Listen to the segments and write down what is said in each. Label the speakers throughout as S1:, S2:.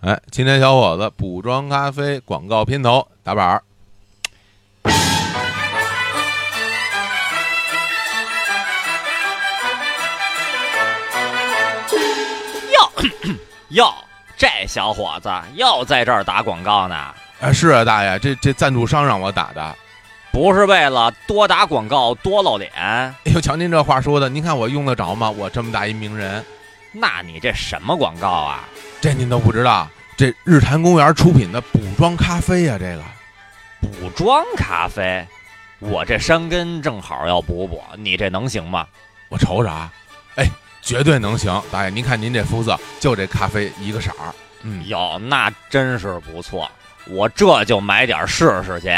S1: 哎，青年小伙子补妆咖啡广告片头打板儿。
S2: 哟，这小伙子又在这儿打广告呢，
S1: 哎，是啊，大爷，这这赞助商让我打的。
S2: 不是为了多打广告多露脸？
S1: 哎呦，瞧您这话说的，您看我用得着吗？我这么大一名人，
S2: 那你这什么广告啊？
S1: 这您都不知道。这日坛公园出品的补妆咖啡呀、这个
S2: 补妆咖啡，我这山根正好要补补，你这能行吗？
S1: 我瞅瞅啊，哎，绝对能行。大爷，您看您这肤色，就这咖啡一个色儿。嗯，
S2: 哟，那真是不错，我这就买点试试去。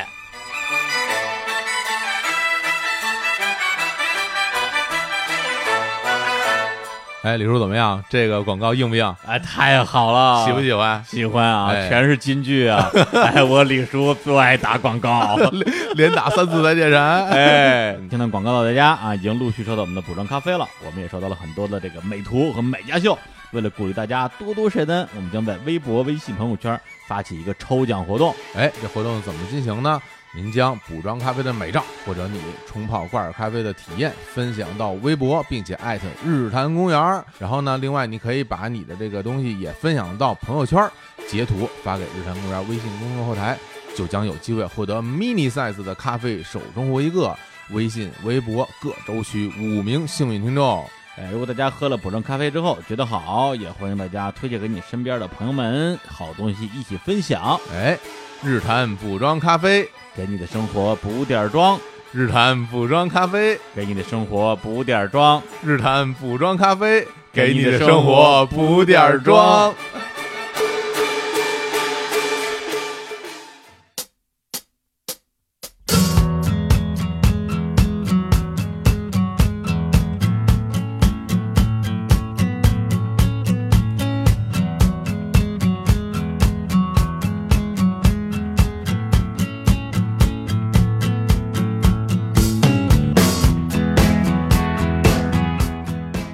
S1: 哎，李叔怎么样？这个广告硬不硬？
S3: 哎，太好了，
S1: 喜不喜欢？
S3: 喜欢啊，
S1: 哎
S3: 全是金句 啊！哎，我李叔最爱打广告。
S1: 连打三次再 见人。
S3: 哎，听到广告的大家啊，已经陆续收到我们的补妆咖啡了。我们也收到了很多的这个美图和美家秀。为了鼓励大家多多晒单，我们将在微博、微信朋友圈发起一个抽奖活动。
S1: 哎，这活动怎么进行呢？您将补妆咖啡的美照或者你冲泡挂耳咖啡的体验分享到微博，并且艾特日坛公园儿。然后呢，另外你可以把你的这个东西也分享到朋友圈儿，截图发给日坛公园微信公众后台，就将有机会获得 mini size 的咖啡手中获一个。微信、微博各州区五名幸运听众。
S3: 哎，如果大家喝了补妆咖啡之后觉得好，也欢迎大家推荐给你身边的朋友们，好东西一起分享，
S1: 哎，日坛补妆咖啡，
S3: 给你的生活补点妆，
S1: 日坛补妆咖啡。
S3: 给你的生活补点妆。
S1: 日坛补妆咖啡，
S3: 给你的生活补点儿妆。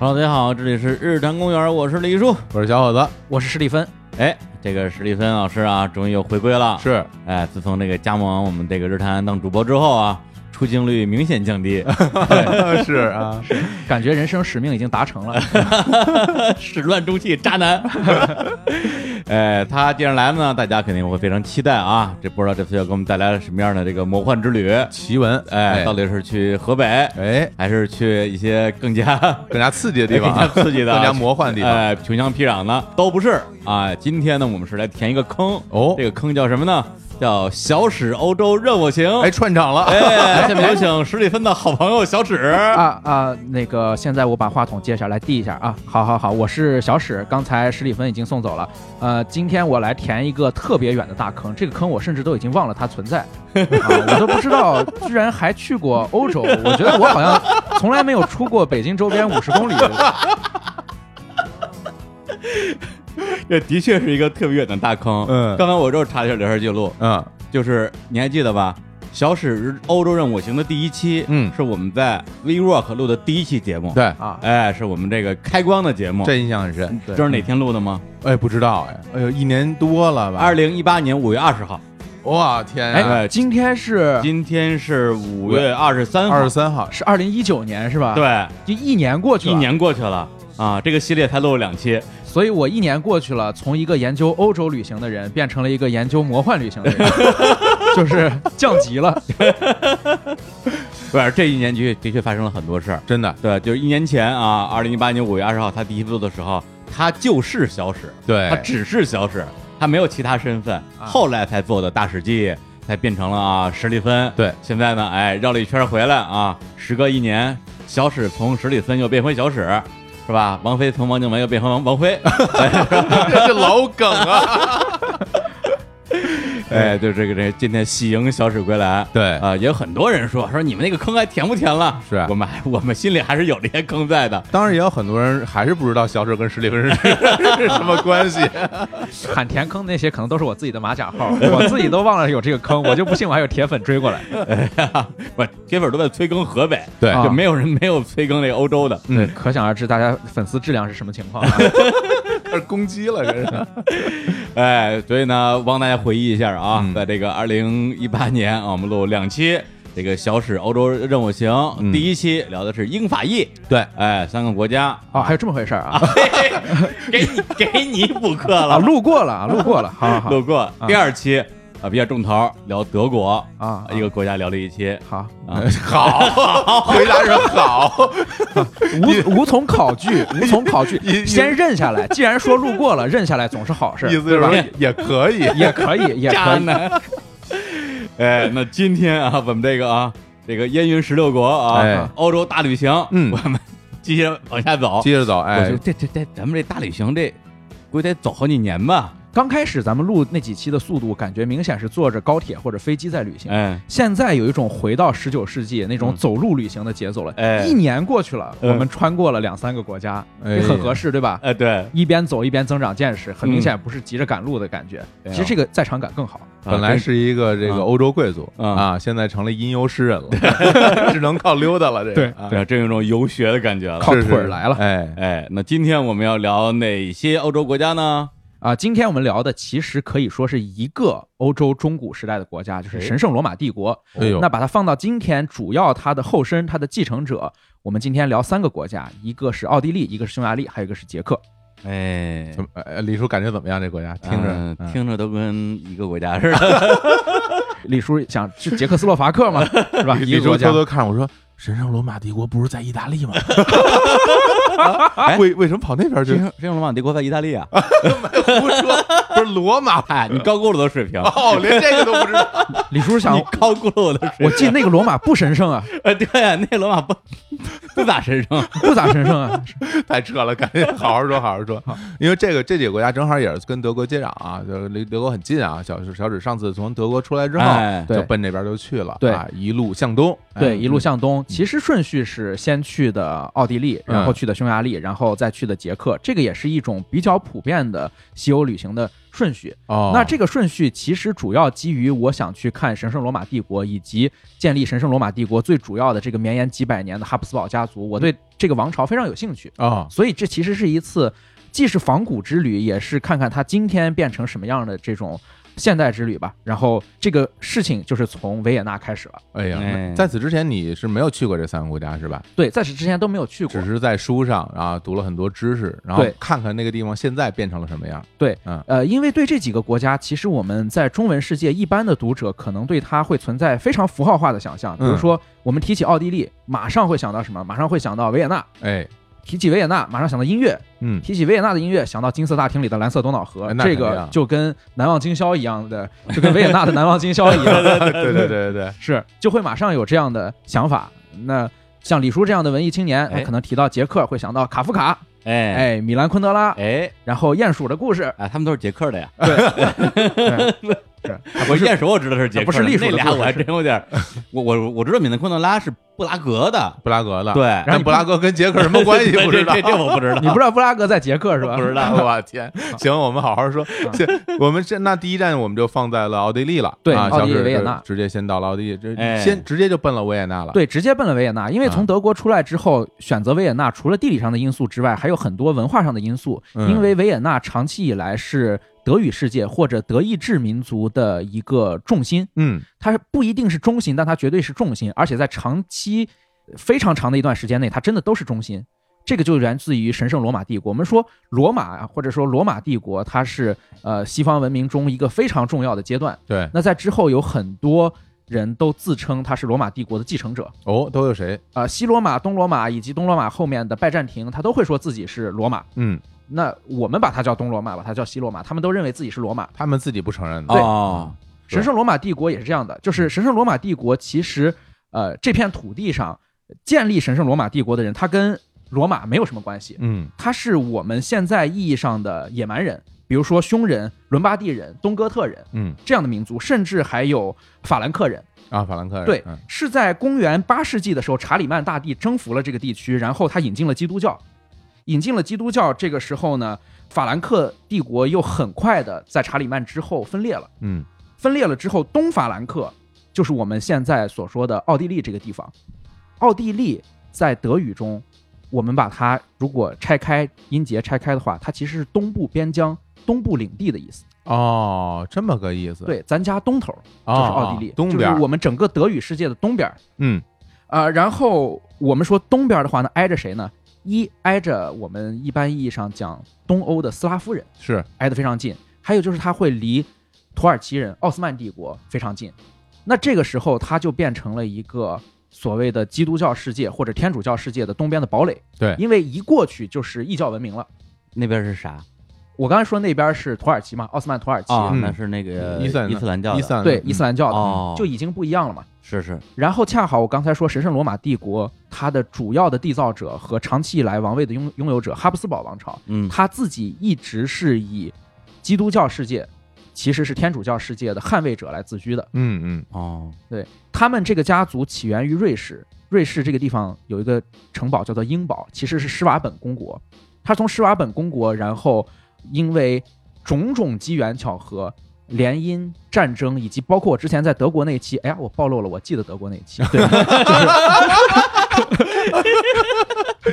S3: Hello，大家好，这里是日坛公园，我是李叔。
S1: 我是小伙子，
S2: 我是史蒂芬，
S3: 哎，这个史蒂芬老师啊，终于又回归了。
S1: 是
S3: 哎，自从这个加盟我们这个日坛当主播之后啊，出镜率明显降 低，
S1: 是啊，
S4: 感觉人生使命已经达成了。
S3: 始乱终弃，渣男。 哎，他既然来呢，大家肯定会非常期待啊。这不知道这次要给我们带来了什么样的这个魔幻之旅？
S1: 奇闻，
S3: 哎，到底是去河北，
S1: 哎，
S3: 还是去一些更加
S1: 更加刺激的地方
S3: 哎更加
S1: 啊，
S3: 刺激的、
S1: 更加魔幻的地方
S3: 哎，穷乡僻壤的都不是啊。今天呢，我们是来填一个坑
S1: 哦
S3: 这个坑叫什么呢？叫小史欧洲任我行。
S1: 哎，哎串场了，
S3: 哎，下面有请史蒂芬的好朋友小史。
S4: 啊啊，那个，现在我把话筒接下来递一下啊。好好好，我是小史，刚才史蒂芬已经送走了。呃，今天我来填一个特别远的大坑，这个坑我甚至都已经忘了它 存在，啊，我都不知道居然还去过欧洲。我觉得我好像从来没有出过北京周边五十公里。
S3: 这的确是一个特别远的大坑。
S1: 嗯
S3: 刚才我又查了一下聊天记录，
S1: 嗯，
S3: 就是你还记得吧？小史欧洲任我行的第一期，
S1: 嗯
S3: 是我们在 V Rock 录的第一期节目。，
S1: 对，
S4: 啊
S3: 哎，是我们这个开光的节目。
S1: 这印象很深，
S3: 知道哪天录的吗？
S1: 哎，不知道哎，哎呦，一年多了吧，
S3: 二零一八年五月二十号，
S1: 哇天啊，
S4: 哎，今天是
S3: 今天是五月二十三号，
S1: 二十三号，
S4: 是二零一九年是吧？，
S3: 对，
S4: 就一年过去了，
S3: 一，年过去了啊，这个系列才录了两期，
S4: 所以我一年过去了，从一个研究欧洲旅行的人变成了一个研究魔幻旅行 的人，就是降级了。
S3: 不是这一年的确的确发生了很多事儿。
S1: 真的，
S3: 对，就是一年前啊，二零一八年五月二十号，他第一次录的时候，他就是小史，
S1: 对
S3: 他，只是小史，他没有其他身份。后来才做的大史记，才变成了啊史蒂芬。
S1: 对，
S3: 现在呢，哎，绕了一圈回来啊，时隔一年，小史从史蒂芬又变回小史，是吧？王菲从王靖雯又变回王王菲，
S1: 这老梗啊，
S3: 哎，就这个这今天喜迎小史归来。
S1: 对，
S3: 啊、也有很多人说说你们那个坑还填不填了？
S1: 哎是啊
S3: 我们还我们心里还是有这些坑在的。
S1: 当然也有很多人还是不知道小史跟史蒂芬是 是什么关系，
S4: 喊填坑那些可能都是我自己的马甲号，我自己都忘了有这个坑，我就不信我还有铁粉追过来。
S3: 不，铁粉都在催更河北，
S1: 对
S3: 就没有人没有催更那个欧洲的。
S1: 嗯，
S4: 可想而知，大家粉丝质量是什么情况、啊。
S1: 始攻击了，这是。
S3: 哎，所以呢，帮大家回忆一下啊，
S1: 嗯
S3: 在这个二零一八年啊，我们录两期这个小史欧洲任务行，
S1: 嗯
S3: 第一期聊的是英法意，
S1: 对，
S3: 哎，三个国家，
S4: 哦，还有这么回事儿啊？
S3: 给你给你补课
S4: 啊，
S3: 了，
S4: 路过了啊，路过了，好好好
S3: 路过
S1: 嗯
S3: 第二期啊，比较重头聊德国
S4: 啊，
S3: 一个国家聊了一期，
S4: 好，
S3: 啊
S1: 哎好，回答是好，
S4: 无无从考据，无从考据
S1: 你，你
S4: 先认下来。既然说路过了，认下来总是好事，
S1: 意思
S4: 对
S1: 是
S4: 吧
S1: 说？也可以，
S4: 也可以，也可
S3: 渣
S4: 以。
S3: 男。 哎，那今天啊，我们这个啊，这个烟云十六国啊，
S1: 哎
S3: 欧洲大旅行，
S1: 嗯
S3: 我们继续往下走。
S1: 接着走，
S3: 我
S1: 哎
S3: 就，这这这，咱们这大旅行这，估计得走好几年吧。
S4: 刚开始咱们录那几期的速度，感觉明显是坐着高铁或者飞机在旅行。
S3: 哎
S4: 现在有一种回到十九世纪那种
S3: 嗯
S4: 走路旅行的节奏了。
S3: 哎
S4: 一年过去了，
S3: 嗯
S4: 我们穿过了两三个国家，
S1: 哎
S4: 这很合适，对吧？
S3: 哎，对，
S4: 一边走一边增长见识，很明
S3: 嗯
S4: 显不是急着赶路的感觉。
S3: 哎呀
S4: 其实这个在场感更好。
S1: 啊本来是一个这个
S3: 啊
S1: 欧洲贵族
S3: 啊
S1: 啊，现在成了吟游诗人了， 只能靠溜达了，这个
S4: 对
S1: 啊
S3: 对，真有种游学的感觉了。
S4: 靠
S1: 是是
S4: 腿儿来了
S1: 哎，
S3: 哎，那今天我们要聊哪些欧洲国家呢？
S4: 啊，今天我们聊的其实可以说是一个欧洲中古时代的国家，
S3: 哎
S4: 就是神圣罗马帝国。
S1: 哎呦
S4: 那把它放到今天，主要它的后身、它的继承者，我们今天聊三个国家，一个是奥地利，一个是匈牙利，还有一个是捷克。
S3: 哎
S1: 怎么？呃李叔感觉怎么样？这国家听着
S3: 嗯，听着都跟一个国家似的。
S4: 李叔想是捷克斯洛伐克 嘛，是吧？
S1: 嗯
S4: 一
S1: 李
S4: 个
S1: 叔
S4: 国家
S1: 偷。偷看我说，神圣罗马帝国不是在意大利吗？啊为为什么跑那边去？
S3: 神圣罗马帝国在意大利啊？
S1: 胡说，不是罗马
S3: 哎，你高估了我的水平，
S1: 哦，连这个都不知道。
S4: 李叔想
S3: 你，高估了我的水
S4: 我记得那个罗马不神圣啊，
S3: 平。呃，对呀，那罗马不不咋神圣。
S4: 不咋神圣 啊。
S1: 太扯了，赶紧好好说，好好说。因为这个这几个国家正好也是跟德国接壤啊，就是离德国很近啊。小小指上次从德国出来之后，
S3: 哎
S1: 就
S4: 对
S1: 奔这边就去了，
S4: 对
S1: 啊，一路向东，哎
S4: 对，一路向东，其实顺序是先去的奥地利，然后
S1: 嗯
S4: 去的匈牙利，然后再去的捷克，这个也是一种比较普遍的西欧旅行的顺序。
S1: 哦，
S4: 那这个顺序其实主要基于我想去看神圣罗马帝国以及建立神圣罗马帝国最主要的这个绵延几百年的哈布斯堡家族，我对这个王朝非常有兴趣，
S1: 哦，
S4: 所以这其实是一次既是仿古之旅，也是看看它今天变成什么样的这种现代之旅吧。然后这个事情就是从维也纳开始了。
S1: 哎呀，
S3: 哎
S1: 那在此之前你是没有去过这三个国家是吧？
S4: 对，在此之前都没有去过，
S1: 只是在书上啊读了很多知识，然后
S4: 对
S1: 看看那个地方现在变成了什么样。
S4: 呃，因为对这几个国家，其实我们在中文世界一般的读者可能对它会存在非常符号化的想象，比如
S1: 嗯
S4: 说我们提起奥地利，马上会想到什么？马上会想到维也纳。
S1: 哎，
S4: 提起维也纳，马上想到音乐；
S1: 嗯，
S4: 提起维也纳的音乐，想到金色大厅里的蓝色多瑙河
S1: 哎。那
S4: 这
S1: 肯定
S4: 个
S1: 啊
S4: 就跟难忘今宵一样的，就跟维也纳的难忘今宵 一样
S1: 对对对对对对，
S4: 是就会马上有这样的想法。那像李叔这样的文艺青年，
S3: 哎
S4: 可能提到捷克会想到卡夫卡，
S3: 哎
S4: 哎，米兰昆德拉，
S3: 哎
S4: 然后鼹鼠的故 事，
S3: 啊，他们都是捷克的呀。
S4: 对是
S3: 我鼹鼠我知道是捷克的，
S4: 不是栗鼠
S3: 那
S4: 的
S3: 俩
S4: 故事
S3: 我还真有点儿，我我我知道米兰昆德拉是布拉格的，
S1: 布拉格的，
S3: 对，，
S4: 然后
S1: 但
S4: 你
S1: 布拉格跟捷克什么啊关系
S3: 这
S1: 不知道
S3: 这。这这我不知道，
S4: 你不知道布拉格在捷克是吧？
S3: 不知道。
S1: 我 天，行，我们好好说。这我们这那第一站我们就放在了奥地利了，
S4: 嗯对
S1: 啊，
S4: 奥地利
S1: 小史
S4: 维也纳
S1: 就直接先到了奥地利，这
S3: 哎
S1: 先直接就奔了维也纳了。
S4: 对，直接奔了维也纳，因为
S1: 啊
S4: 从德国出来之后，选择维也纳除了地理上的因素之外，还有很多文化上的因素。
S1: 嗯
S4: 因为维也纳长期以来是德语世界或者德意志民族的一个重心，
S1: 嗯，
S4: 它是不一定是中心，但它绝对是重心，而且在长期非常长的一段时间内，它真的都是中心。这个就源自于神圣罗马帝国。我们说罗马啊，或者说罗马帝国，它是呃西方文明中一个非常重要的阶段。
S1: 对，
S4: 那在之后有很多人都自称他是罗马帝国的继承者，
S1: 哦，都有谁？
S4: 啊，西罗马、东罗马以及东罗马后面的拜占庭，他都会说自己是罗马。
S1: 嗯，
S4: 那我们把它叫东罗马，把它叫西罗马，他们都认为自己是罗马。
S1: 他们自己不承认的。
S3: 哦，
S4: 神圣罗马帝国也是这样的，就是神圣罗马帝国其实，呃，这片土地上建立神圣罗马帝国的人，他跟罗马没有什么关系，
S1: 嗯，
S4: 他是我们现在意义上的野蛮人，比如说匈人、伦巴第人、东哥特人
S1: 嗯
S4: 这样的民族，甚至还有法兰克人。
S1: 啊，法兰克人
S4: 对
S1: 嗯，
S4: 是在公元八世纪的时候，查理曼大帝征服了这个地区，然后他引进了基督教。引进了基督教，这个时候呢，法兰克帝国又很快的在查理曼之后分裂了。
S1: 嗯，
S4: 分裂了之后，东法兰克就是我们现在所说的奥地利这个地方。奥地利在德语中我们把它如果拆开音节拆开的话，它其实是东部边疆、东部领地的意思。
S1: 哦，这么个意思。，
S4: 对，咱家东头
S1: 哦，
S4: 就是奥地利，
S1: 哦东边
S4: 就是
S1: 儿，
S4: 我们整个德语世界的东边。
S1: 嗯，
S4: 呃，然后我们说东边的话呢，挨着谁呢？一挨着我们一般意义上讲东欧的斯拉夫人，
S1: 是
S4: 挨得非常近。还有就是它会离土耳其人、奥斯曼帝国非常近。那这个时候，它就变成了一个所谓的基督教世界或者天主教世界的东边的堡垒。
S1: 对
S4: 因为一过去就是异教文明了。
S3: 那边是啥？
S4: 我刚才说那边是土耳其嘛，奥斯曼土耳其，
S3: 啊，
S1: 嗯
S3: 那是那个
S1: 伊斯兰
S3: 伊斯兰教的
S1: 伊嗯斯兰
S4: 对伊斯兰教的、
S3: 哦，
S4: 就已经不一样了嘛。
S3: 是是
S4: 然后恰好我刚才说神圣罗马帝国，它的主要的缔造者和长期以来王位的拥拥有者哈布斯堡王朝，
S3: 嗯
S4: 他自己一直是以基督教世界，其实是天主教世界的捍卫者来自居的。
S1: 嗯嗯，
S3: 哦
S4: 他们这个家族起源于瑞士，瑞士这个地方有一个城堡叫做英堡，其实是施瓦本公国。他从施瓦本公国，然后因为种种机缘巧合。联姻、战争，以及包括我之前在德国那一期，哎呀，我暴露了，我记得德国那一期，对，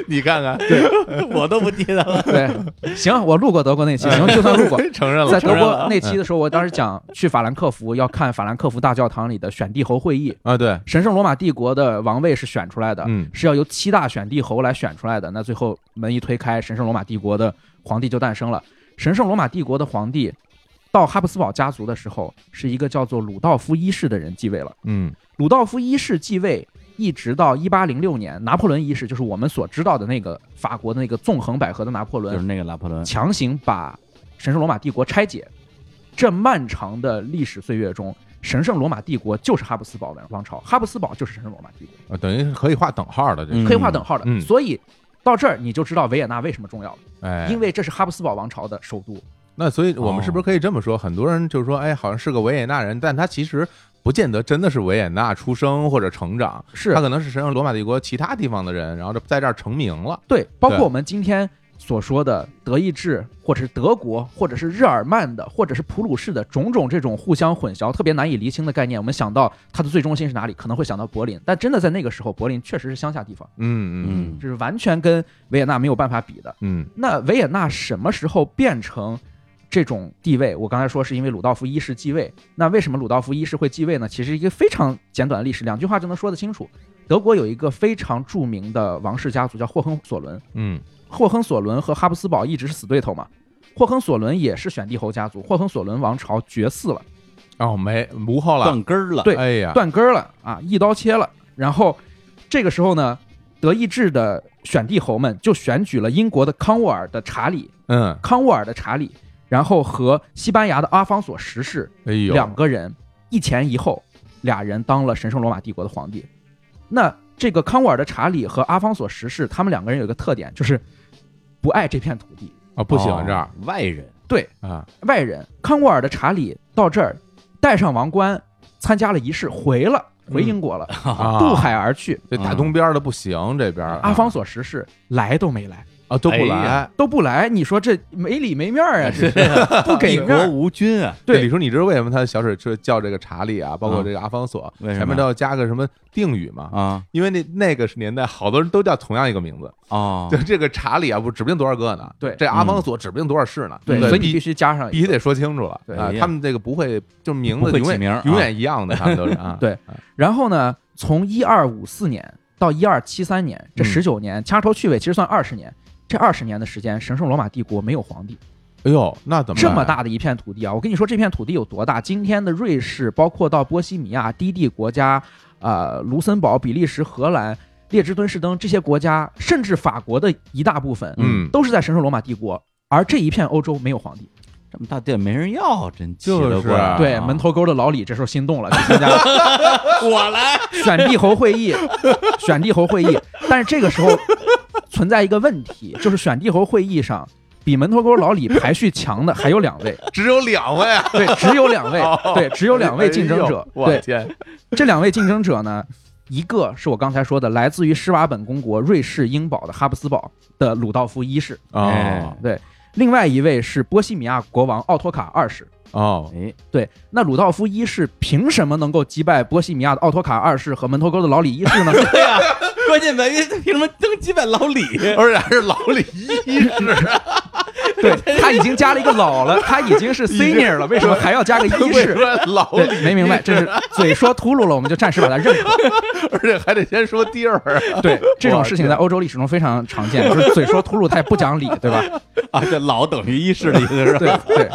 S1: 你看看，
S3: 我都不记得了。
S4: 对，行，我录过德国那期，行，就算录过。
S1: 承 认了
S4: 在
S1: 啊嗯
S4: 德国那期的时候，我当时讲去法兰克福要看法兰克福大教堂里的选帝侯会议，
S1: 啊，对，
S4: 神圣罗马帝国的王位是选出来的，
S1: 嗯
S4: 是要由七大选帝侯来选出来的。那最后门一推开，神圣罗马帝国的皇帝就诞生了。神圣罗马帝国的皇帝到哈布斯堡家族的时候，是一个叫做鲁道夫一世的人继位了。
S1: 嗯
S4: 鲁道夫一世继位，一直到一八零六年，拿破仑一世就是我们所知道的那个法国的那个纵横捭阖的拿破
S3: 就是
S4: 仑，
S3: 那个拿破仑，
S4: 强行把神圣罗马帝国拆解。这漫长的历史岁月中，神圣罗马帝国就是哈布斯堡王朝，哈布斯堡就是神圣罗马帝国，
S1: 啊，等于是可以画等号了，这是
S3: 嗯
S4: 可以划等号的。
S1: 嗯
S4: 所以到这儿你就知道维也纳为什么重要了，
S1: 哎，
S4: 因为这是哈布斯堡王朝的首都。
S1: 那所以我们是
S4: 哦
S1: 不是可以这么说？很多人就说，哎，好像是个维也纳人，但他其实不见得真的是维也纳出生或者成长，
S4: 是
S1: 他可能是神圣罗马帝国其他地方的人，然后就在这儿成名了。
S4: 对，包括
S1: 对
S4: 我们今天所说的德意志，或者是德国，或者是日耳曼的，或者是普鲁士的种种这种互相混淆、特别难以厘清的概念，我们想到它的最中心是哪里，可能会想到柏林，但真的在那个时候，柏林确实是乡下地方，
S1: 嗯嗯
S3: 嗯
S4: 这是完全跟维也纳没有办法比的。
S1: 嗯
S4: 那维也纳什么时候变成这种地位？我刚才说是因为鲁道夫一世继位。那为什么鲁道夫一世会继位呢？其实一个非常简短的历史，两句话就能说得清楚。德国有一个非常著名的王室家族叫霍亨索伦，
S1: 嗯
S4: 霍亨索伦和哈布斯堡一直是死对头嘛。霍亨索伦也是选帝侯家族，霍亨索伦王朝绝嗣了，
S1: 嗯，哦，没无后了，
S3: 断根儿了。
S4: 对
S1: 哎呀，
S4: 断根儿了啊，一刀切了。然后这个时候呢，德意志的选帝侯们就选举了英国的康沃尔的查理
S1: 嗯，
S4: 康沃尔的查理，然后和西班牙的阿方索十世
S1: 哎呦，
S4: 两个人一前一后，俩人当了神圣罗马帝国的皇帝。那这个康沃尔的查理和阿方索十世，他们两个人有一个特点，就是不爱这片土地，
S1: 啊，不喜欢这儿
S3: 哦外人，
S4: 哦
S1: 啊，
S4: 外人。康沃尔的查理到这儿，戴上王冠，参加了仪式，回了，回英国了，
S1: 啊
S4: 渡海而去。
S1: 这大东边的不行，这边
S4: 嗯
S3: 啊
S4: 阿方索十世来都没来，
S1: 啊都不
S2: 哎
S1: 来
S2: 呀。
S4: 都不来，你说这没里没面儿啊，这是 不给
S3: 哎一
S4: 面
S3: 国
S4: 儿。
S3: 无君啊，
S4: 对嗯
S1: 这李叔，你知道为什么他小水车叫这个查理啊，包括这个阿方索，
S3: 为什么
S1: 前面都要加个什么定语嘛？
S3: 啊
S1: 因为那那个年代，好多人都叫同样一个名字，
S3: 哦
S1: 就这个查理啊，不指不定多少个呢？
S4: 对
S1: 这阿方索指不定多少世呢？
S4: 对，
S3: 嗯
S4: 所以你必
S1: 必
S4: 须加上一
S1: 必须得说清楚了
S4: 对。
S1: 啊
S3: 哎！呀
S1: 他们这个不会，就名字
S3: 不会
S1: 永
S3: 起名
S1: 远
S3: 啊
S1: 永远一样的，他们都是啊
S4: 对然后呢，从一二五四年到一二七三年，这
S1: 嗯
S4: 十九年、掐头去尾，其实算二十年。这二十年的时间，神圣罗马帝国没有皇帝，
S1: 哎呦，那怎么
S4: 这么
S1: 办呀？
S4: 大的一片土地啊！我跟你说，这片土地有多大？今天的瑞士，包括到波西米亚、低地国家，呃，卢森堡、比利时、荷兰、列支敦士登这些国家，甚至法国的一大部分，
S1: 嗯，
S4: 都是在神圣罗马帝国。而这一片欧洲没有皇帝，
S3: 这么大店没人要，真气
S1: 就是
S3: 得过来啊
S4: 对门头沟的老李这时候心动了，就参加了
S2: 我来，
S4: 选帝侯会议，选帝侯会议。但是这个时候存在一个问题，就是选帝侯会议上比门头沟老李排序强的还有两位，
S1: 只有两位啊，
S4: 对，只有两位
S1: 哦，
S4: 对，只有两位竞争者
S1: 哎呦，我
S4: 对，
S1: 天，
S4: 这两位竞争者呢，一个是我刚才说的来自于施瓦本公国瑞士英堡的哈布斯堡的鲁道夫一世，
S1: 哦
S3: 哎
S4: 另外一位是波西米亚国王奥托卡二世。
S1: 哦，
S3: 哎，
S4: 对，那鲁道 夫一世凭什么能够击败波西米亚的奥托卡二世和门头沟的老李一世呢？
S3: 关键在于他凭什么登基本老李？
S1: 而且还是老李啊医师，
S4: 对他已经加了一个老了，他已经是 senior 了，为什么还要加个一
S1: 为什
S4: 世？
S1: 么老
S4: 对
S1: 李，
S4: 没明白，这是嘴说秃噜了，我们就暂时把它认 可。
S1: 而且还得先说地儿 啊，
S4: 对，这种事情在欧洲历史中非常常见，就是嘴说秃噜，他也不讲理，对吧？
S3: 啊，这老等于一世的意思是吧？
S4: 对对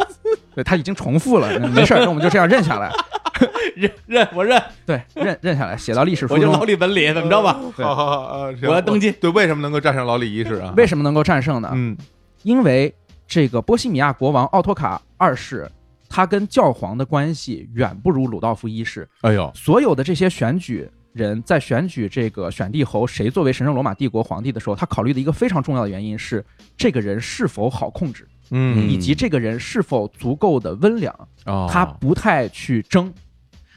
S4: 对，他已经重复了，嗯没事儿，那我们就这样认下来，
S3: 认认我认，
S4: 对，认认下来，写到历史书
S3: 我就老
S4: 中。
S3: 李本李，怎么着吧？
S1: 好好好，啊行
S3: 我要登基
S1: 对，为什么能够战胜老李医师啊？
S4: 为什么能够战胜呢？
S1: 嗯
S4: 因为这个波西米亚国王奥托卡二世，他跟教皇的关系远不如鲁道夫一世，，
S1: 哎呦，
S4: 所有的这些选举人在选举这个选帝侯谁作为神圣罗马帝国皇帝的时候，他考虑的一个非常重要的原因是这个人是否好控制，
S1: 嗯
S4: 以及这个人是否足够的温良，
S1: 哦
S4: 他不太去争。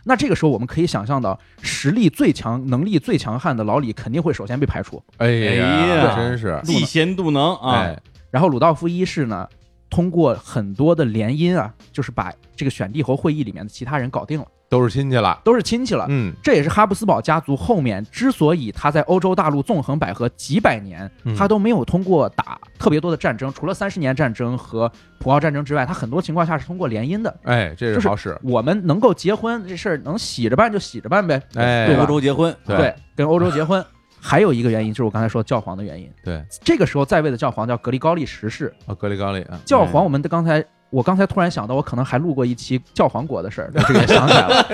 S4: 那这个时候，我们可以想象到，实力最强、能力最强悍的老李肯定会首先被排除。
S1: 哎
S3: 哎
S1: 呀，
S3: 呀
S1: 真
S4: 啊
S1: 是
S3: 嫉贤妒能啊！
S1: 哎，
S4: 然后鲁道夫一世呢，通过很多的联姻啊，就是把这个选帝侯会议里面的其他人搞定了，
S1: 都是亲戚了，
S4: 都是亲戚了。
S1: 嗯
S4: 这也是哈布斯堡家族后面之所以他在欧洲大陆纵横捭阖几百年
S1: 嗯，
S4: 他都没有通过打特别多的战争，除了三十年战争和普奥战争之外，他很多情况下是通过联姻的。
S1: 哎，这
S4: 就是是
S1: 好使，
S4: 我们能够结婚这事儿能洗着办就洗着办呗，
S1: 哎，
S4: 对吧
S3: 欧洲结婚，
S1: 对
S4: 跟欧洲 结婚。还有一个原因就是我刚才说教皇的原因，
S1: 对，
S4: 这个时候在位的教皇叫格里高利十世，
S1: 啊，格里高利 啊，
S4: 教皇，我们的刚才我刚才突然想到，我可能还录过一期教皇国的事儿，我这个也想起 来了。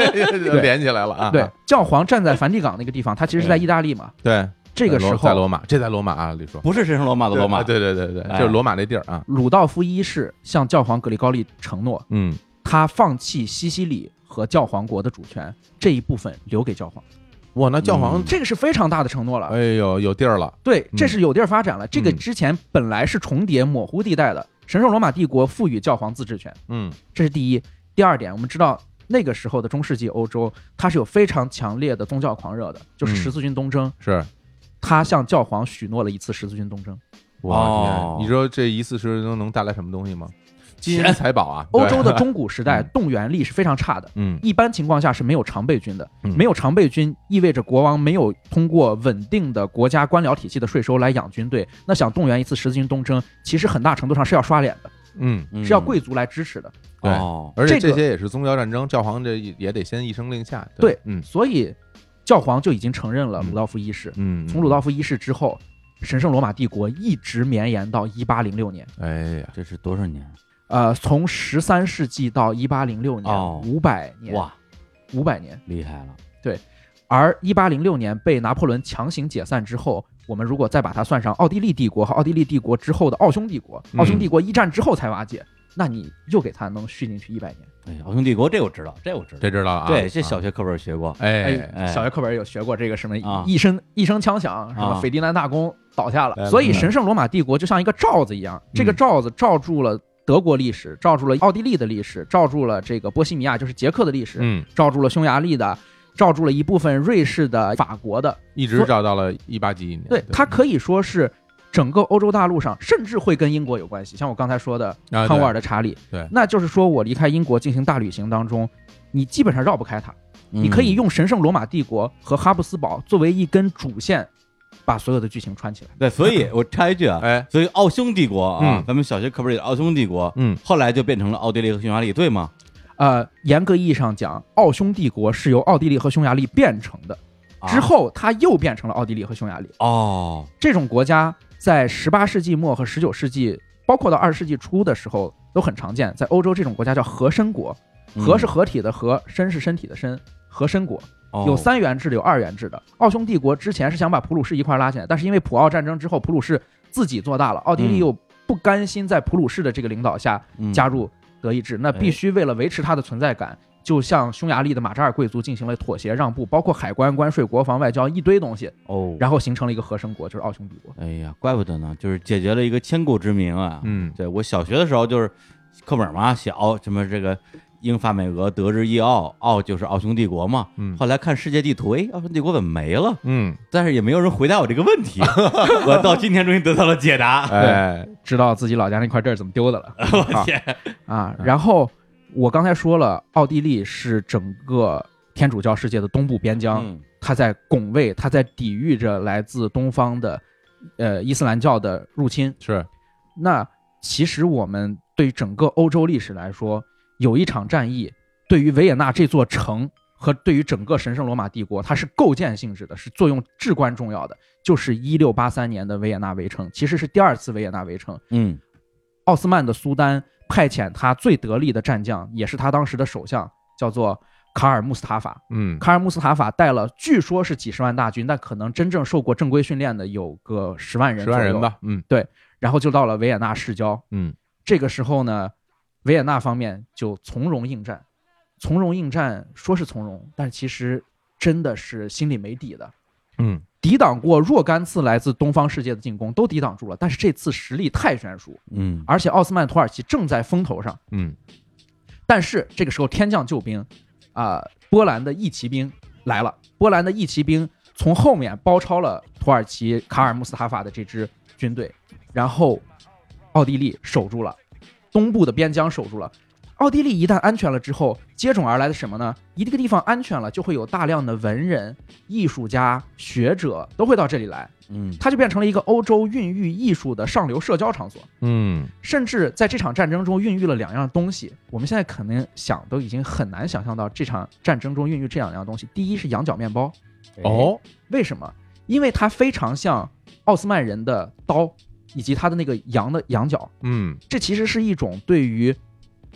S1: 连起来了啊，
S4: 对，教皇站在梵蒂冈那个地方，他其实是在意大利嘛。
S1: 对，
S4: 这个
S1: 在罗
S4: 时
S1: 在
S4: 候，
S1: 罗马，这在罗马啊，李叔，
S3: 不是神圣罗马的罗马，
S1: 对对对对，对
S3: 哎
S1: 就是罗马那地儿啊，
S4: 鲁道夫一世向教皇格里高利承诺，
S1: 嗯，
S4: 他放弃西西里和教皇国的主权这一部分留给教皇，
S1: 哇，那教皇，
S4: 这个是非常大的承诺了。
S1: 哎呦，有地儿了，
S4: 对，这是有地儿发展了。这个
S1: 嗯
S4: 之前本来是重叠模糊地带的，神圣罗马帝国赋予教皇自治权。
S1: 嗯，
S4: 这是第一。第二点，我们知道那个时候的中世纪欧洲，它是有非常强烈的宗教狂热的，就是
S1: 嗯
S4: 十字军东征，
S1: 是，
S4: 他向教皇许诺了一次十字军东征。
S1: 哇
S3: 哦，
S1: 天你说这一次十能能带来什么东西吗？金银
S3: 钱
S1: 财宝啊，
S4: 欧
S1: 对
S4: 洲的，中古时代
S1: 嗯
S4: 动员力是非常差的。
S1: 嗯，
S4: 一般情况下是没有常备军的，
S1: 嗯
S4: 没有常备军意味着国王没有通过稳定的国家官僚体系的税收来养军队。那想动员一次十字军东征，其实很大程度上是要刷脸的，
S1: 嗯，
S3: 嗯
S4: 是要贵族来支持的。
S1: 对
S3: 哦，
S1: 而且
S4: 这
S1: 这
S4: 个
S1: 些也是宗教战争，教皇这也得先一声令下，
S4: 对
S1: 嗯
S4: 所以，教皇就已经承认了鲁道夫一世。
S1: 嗯，
S4: 从鲁道夫一世之后，神圣罗马帝国一直绵延到一八零六年，
S1: 哎呀，
S3: 这是多少年？
S4: 呃，从十三世纪到一八零六
S3: 哦
S4: 年，五百年，
S3: 哇，
S4: 五百年。
S3: 厉害了！
S4: 而一八零六年被拿破仑强行解散之后，我们如果再把它算上奥地利帝国和奥地利帝国之后的奥匈帝国，
S1: 嗯
S4: 奥匈帝国一战之后才瓦解，那你又给它能续进去一百年。
S3: 哎呀，奥匈帝国这我知道，这我知道，
S1: 这知道了啊，
S3: 对，这小学课本学过。
S1: 哎，
S3: 哎
S4: 小学课本有学过这个什么
S3: 啊
S4: 一声一声枪响，什么
S3: 啊
S4: 斐迪南大公倒下
S1: 哎
S4: 了，所以
S1: 嗯
S4: 神圣罗马帝国就像一个罩子一样，这个罩子罩住了德国历史，罩住了奥地利的历史，罩住了这个波西米亚就是捷克的历史，
S1: 嗯，
S4: 罩住了匈牙利的。罩住了一部分瑞士的、法国的，
S1: 一直
S4: 所
S1: 找到了一八几一年，
S4: 对，它可以说是整个欧洲大陆上，甚至会跟英国有关系。像我刚才说的
S1: 啊
S4: 康
S1: 对
S4: 沃尔的查理，
S1: 对
S4: 那就是说我离开英国进行大旅行当中，你基本上绕不开它。
S3: 嗯
S4: 你可以用神圣罗马帝国和哈布斯堡作为一根主线，把所有的剧情串起来。
S3: 对，所以 我插一句啊，
S1: 哎，
S3: 所以奥匈帝国啊
S1: 嗯，
S3: 咱们小学课本里的奥匈帝国，
S1: 嗯，
S3: 后来就变成了奥地利和匈牙利，对吗？
S4: 呃，严格意义上讲，奥匈帝国是由奥地利和匈牙利变成的，
S3: 啊
S4: 之后它又变成了奥地利和匈牙利。
S3: 哦，
S4: 这种国家在十八世纪末和十九世纪，包括到二十世纪初的时候都很常见。在欧洲，这种国家叫和绅国，
S3: 嗯
S4: 和是合体的和，绅是身体的身。和绅国
S3: 哦
S4: 有三元制的，有二元制的。奥匈帝国之前是想把普鲁士一块儿拉进来，但是因为普奥战争之后，普鲁士自己做大了，奥地利
S3: 嗯
S4: 又不甘心在普鲁士的这个领导下
S3: 嗯
S4: 加入德意志，那必须为了维持它的存在感，就向匈牙利的马扎尔贵族进行了妥协让步，包括海关、关税、国防、外交一堆东西，
S3: 哦，
S4: 然后形成了一个和绅国，就是奥匈帝国。
S3: 哎呀，怪不得呢，就是解决了一个千古之谜啊。
S1: 嗯，
S3: 对我小学的时候就是课本嘛，写奥什么这个英法美俄德日意奥，奥就是奥匈帝国嘛。
S1: 嗯
S3: 后来看世界地图，哎，奥匈帝国怎么没了？
S1: 嗯，
S3: 但是也没有人回答我这个问题。我到今天终于得到了解 答。
S1: 哎，
S4: 知道自己老家那块地儿怎么丢的了
S3: 我天，
S4: 啊。然后我刚才说了，奥地利是整个天主教世界的东部边疆，
S3: 嗯
S4: 他在拱卫，他在抵御着来自东方的呃伊斯兰教的入侵。
S1: 是
S4: 那其实我们对于整个欧洲历史来说，有一场战役对于维也纳这座城和对于整个神圣罗马帝国，它是构建性质的，是作用至关重要的，就是一六八三年的维也纳围城，其实是第二次维也纳围城。
S3: 嗯，
S4: 奥斯曼的苏丹派遣他最得力的战将，也是他当时的首相，叫做卡尔穆斯塔法。
S1: 嗯
S4: 卡尔穆斯塔法带了，据说是几十万大军，但可能真正受过正规训练的有个十万人，
S1: 十万人。吧，嗯
S4: 然后就到了维也纳市郊。
S1: 嗯，
S4: 这个时候呢，维也纳方面就从容应战，从容应战，说是从容，但其实真的是心里没底的。
S1: 嗯
S4: 抵挡过若干次来自东方世界的进攻，都抵挡住了，但是这次实力太悬殊，
S3: 嗯，
S4: 而且奥斯曼土耳其正在风头上。
S1: 嗯
S4: 但是这个时候天降救兵，啊、波兰的义骑兵来了。波兰的义骑兵从后面包抄了土耳其卡尔穆斯塔法的这支军队，然后奥地利守住了东部的边疆，守住了。奥地利一旦安全了之后，接踵而来的什么呢？一个地方安全了，就会有大量的文人、艺术家、学者都会到这里来，
S3: 嗯，
S4: 它就变成了一个欧洲孕育艺术的上流社交场所。
S1: 嗯
S4: 甚至在这场战争中孕育了两样东西。我们现在可能想都已经很难想象到这场战争中孕育这两样东西。第一是羊角面包，
S1: 哦
S4: 为什么？因为它非常像奥斯曼人的刀以及它的那个羊的羊角，
S1: 嗯
S4: 这其实是一种对于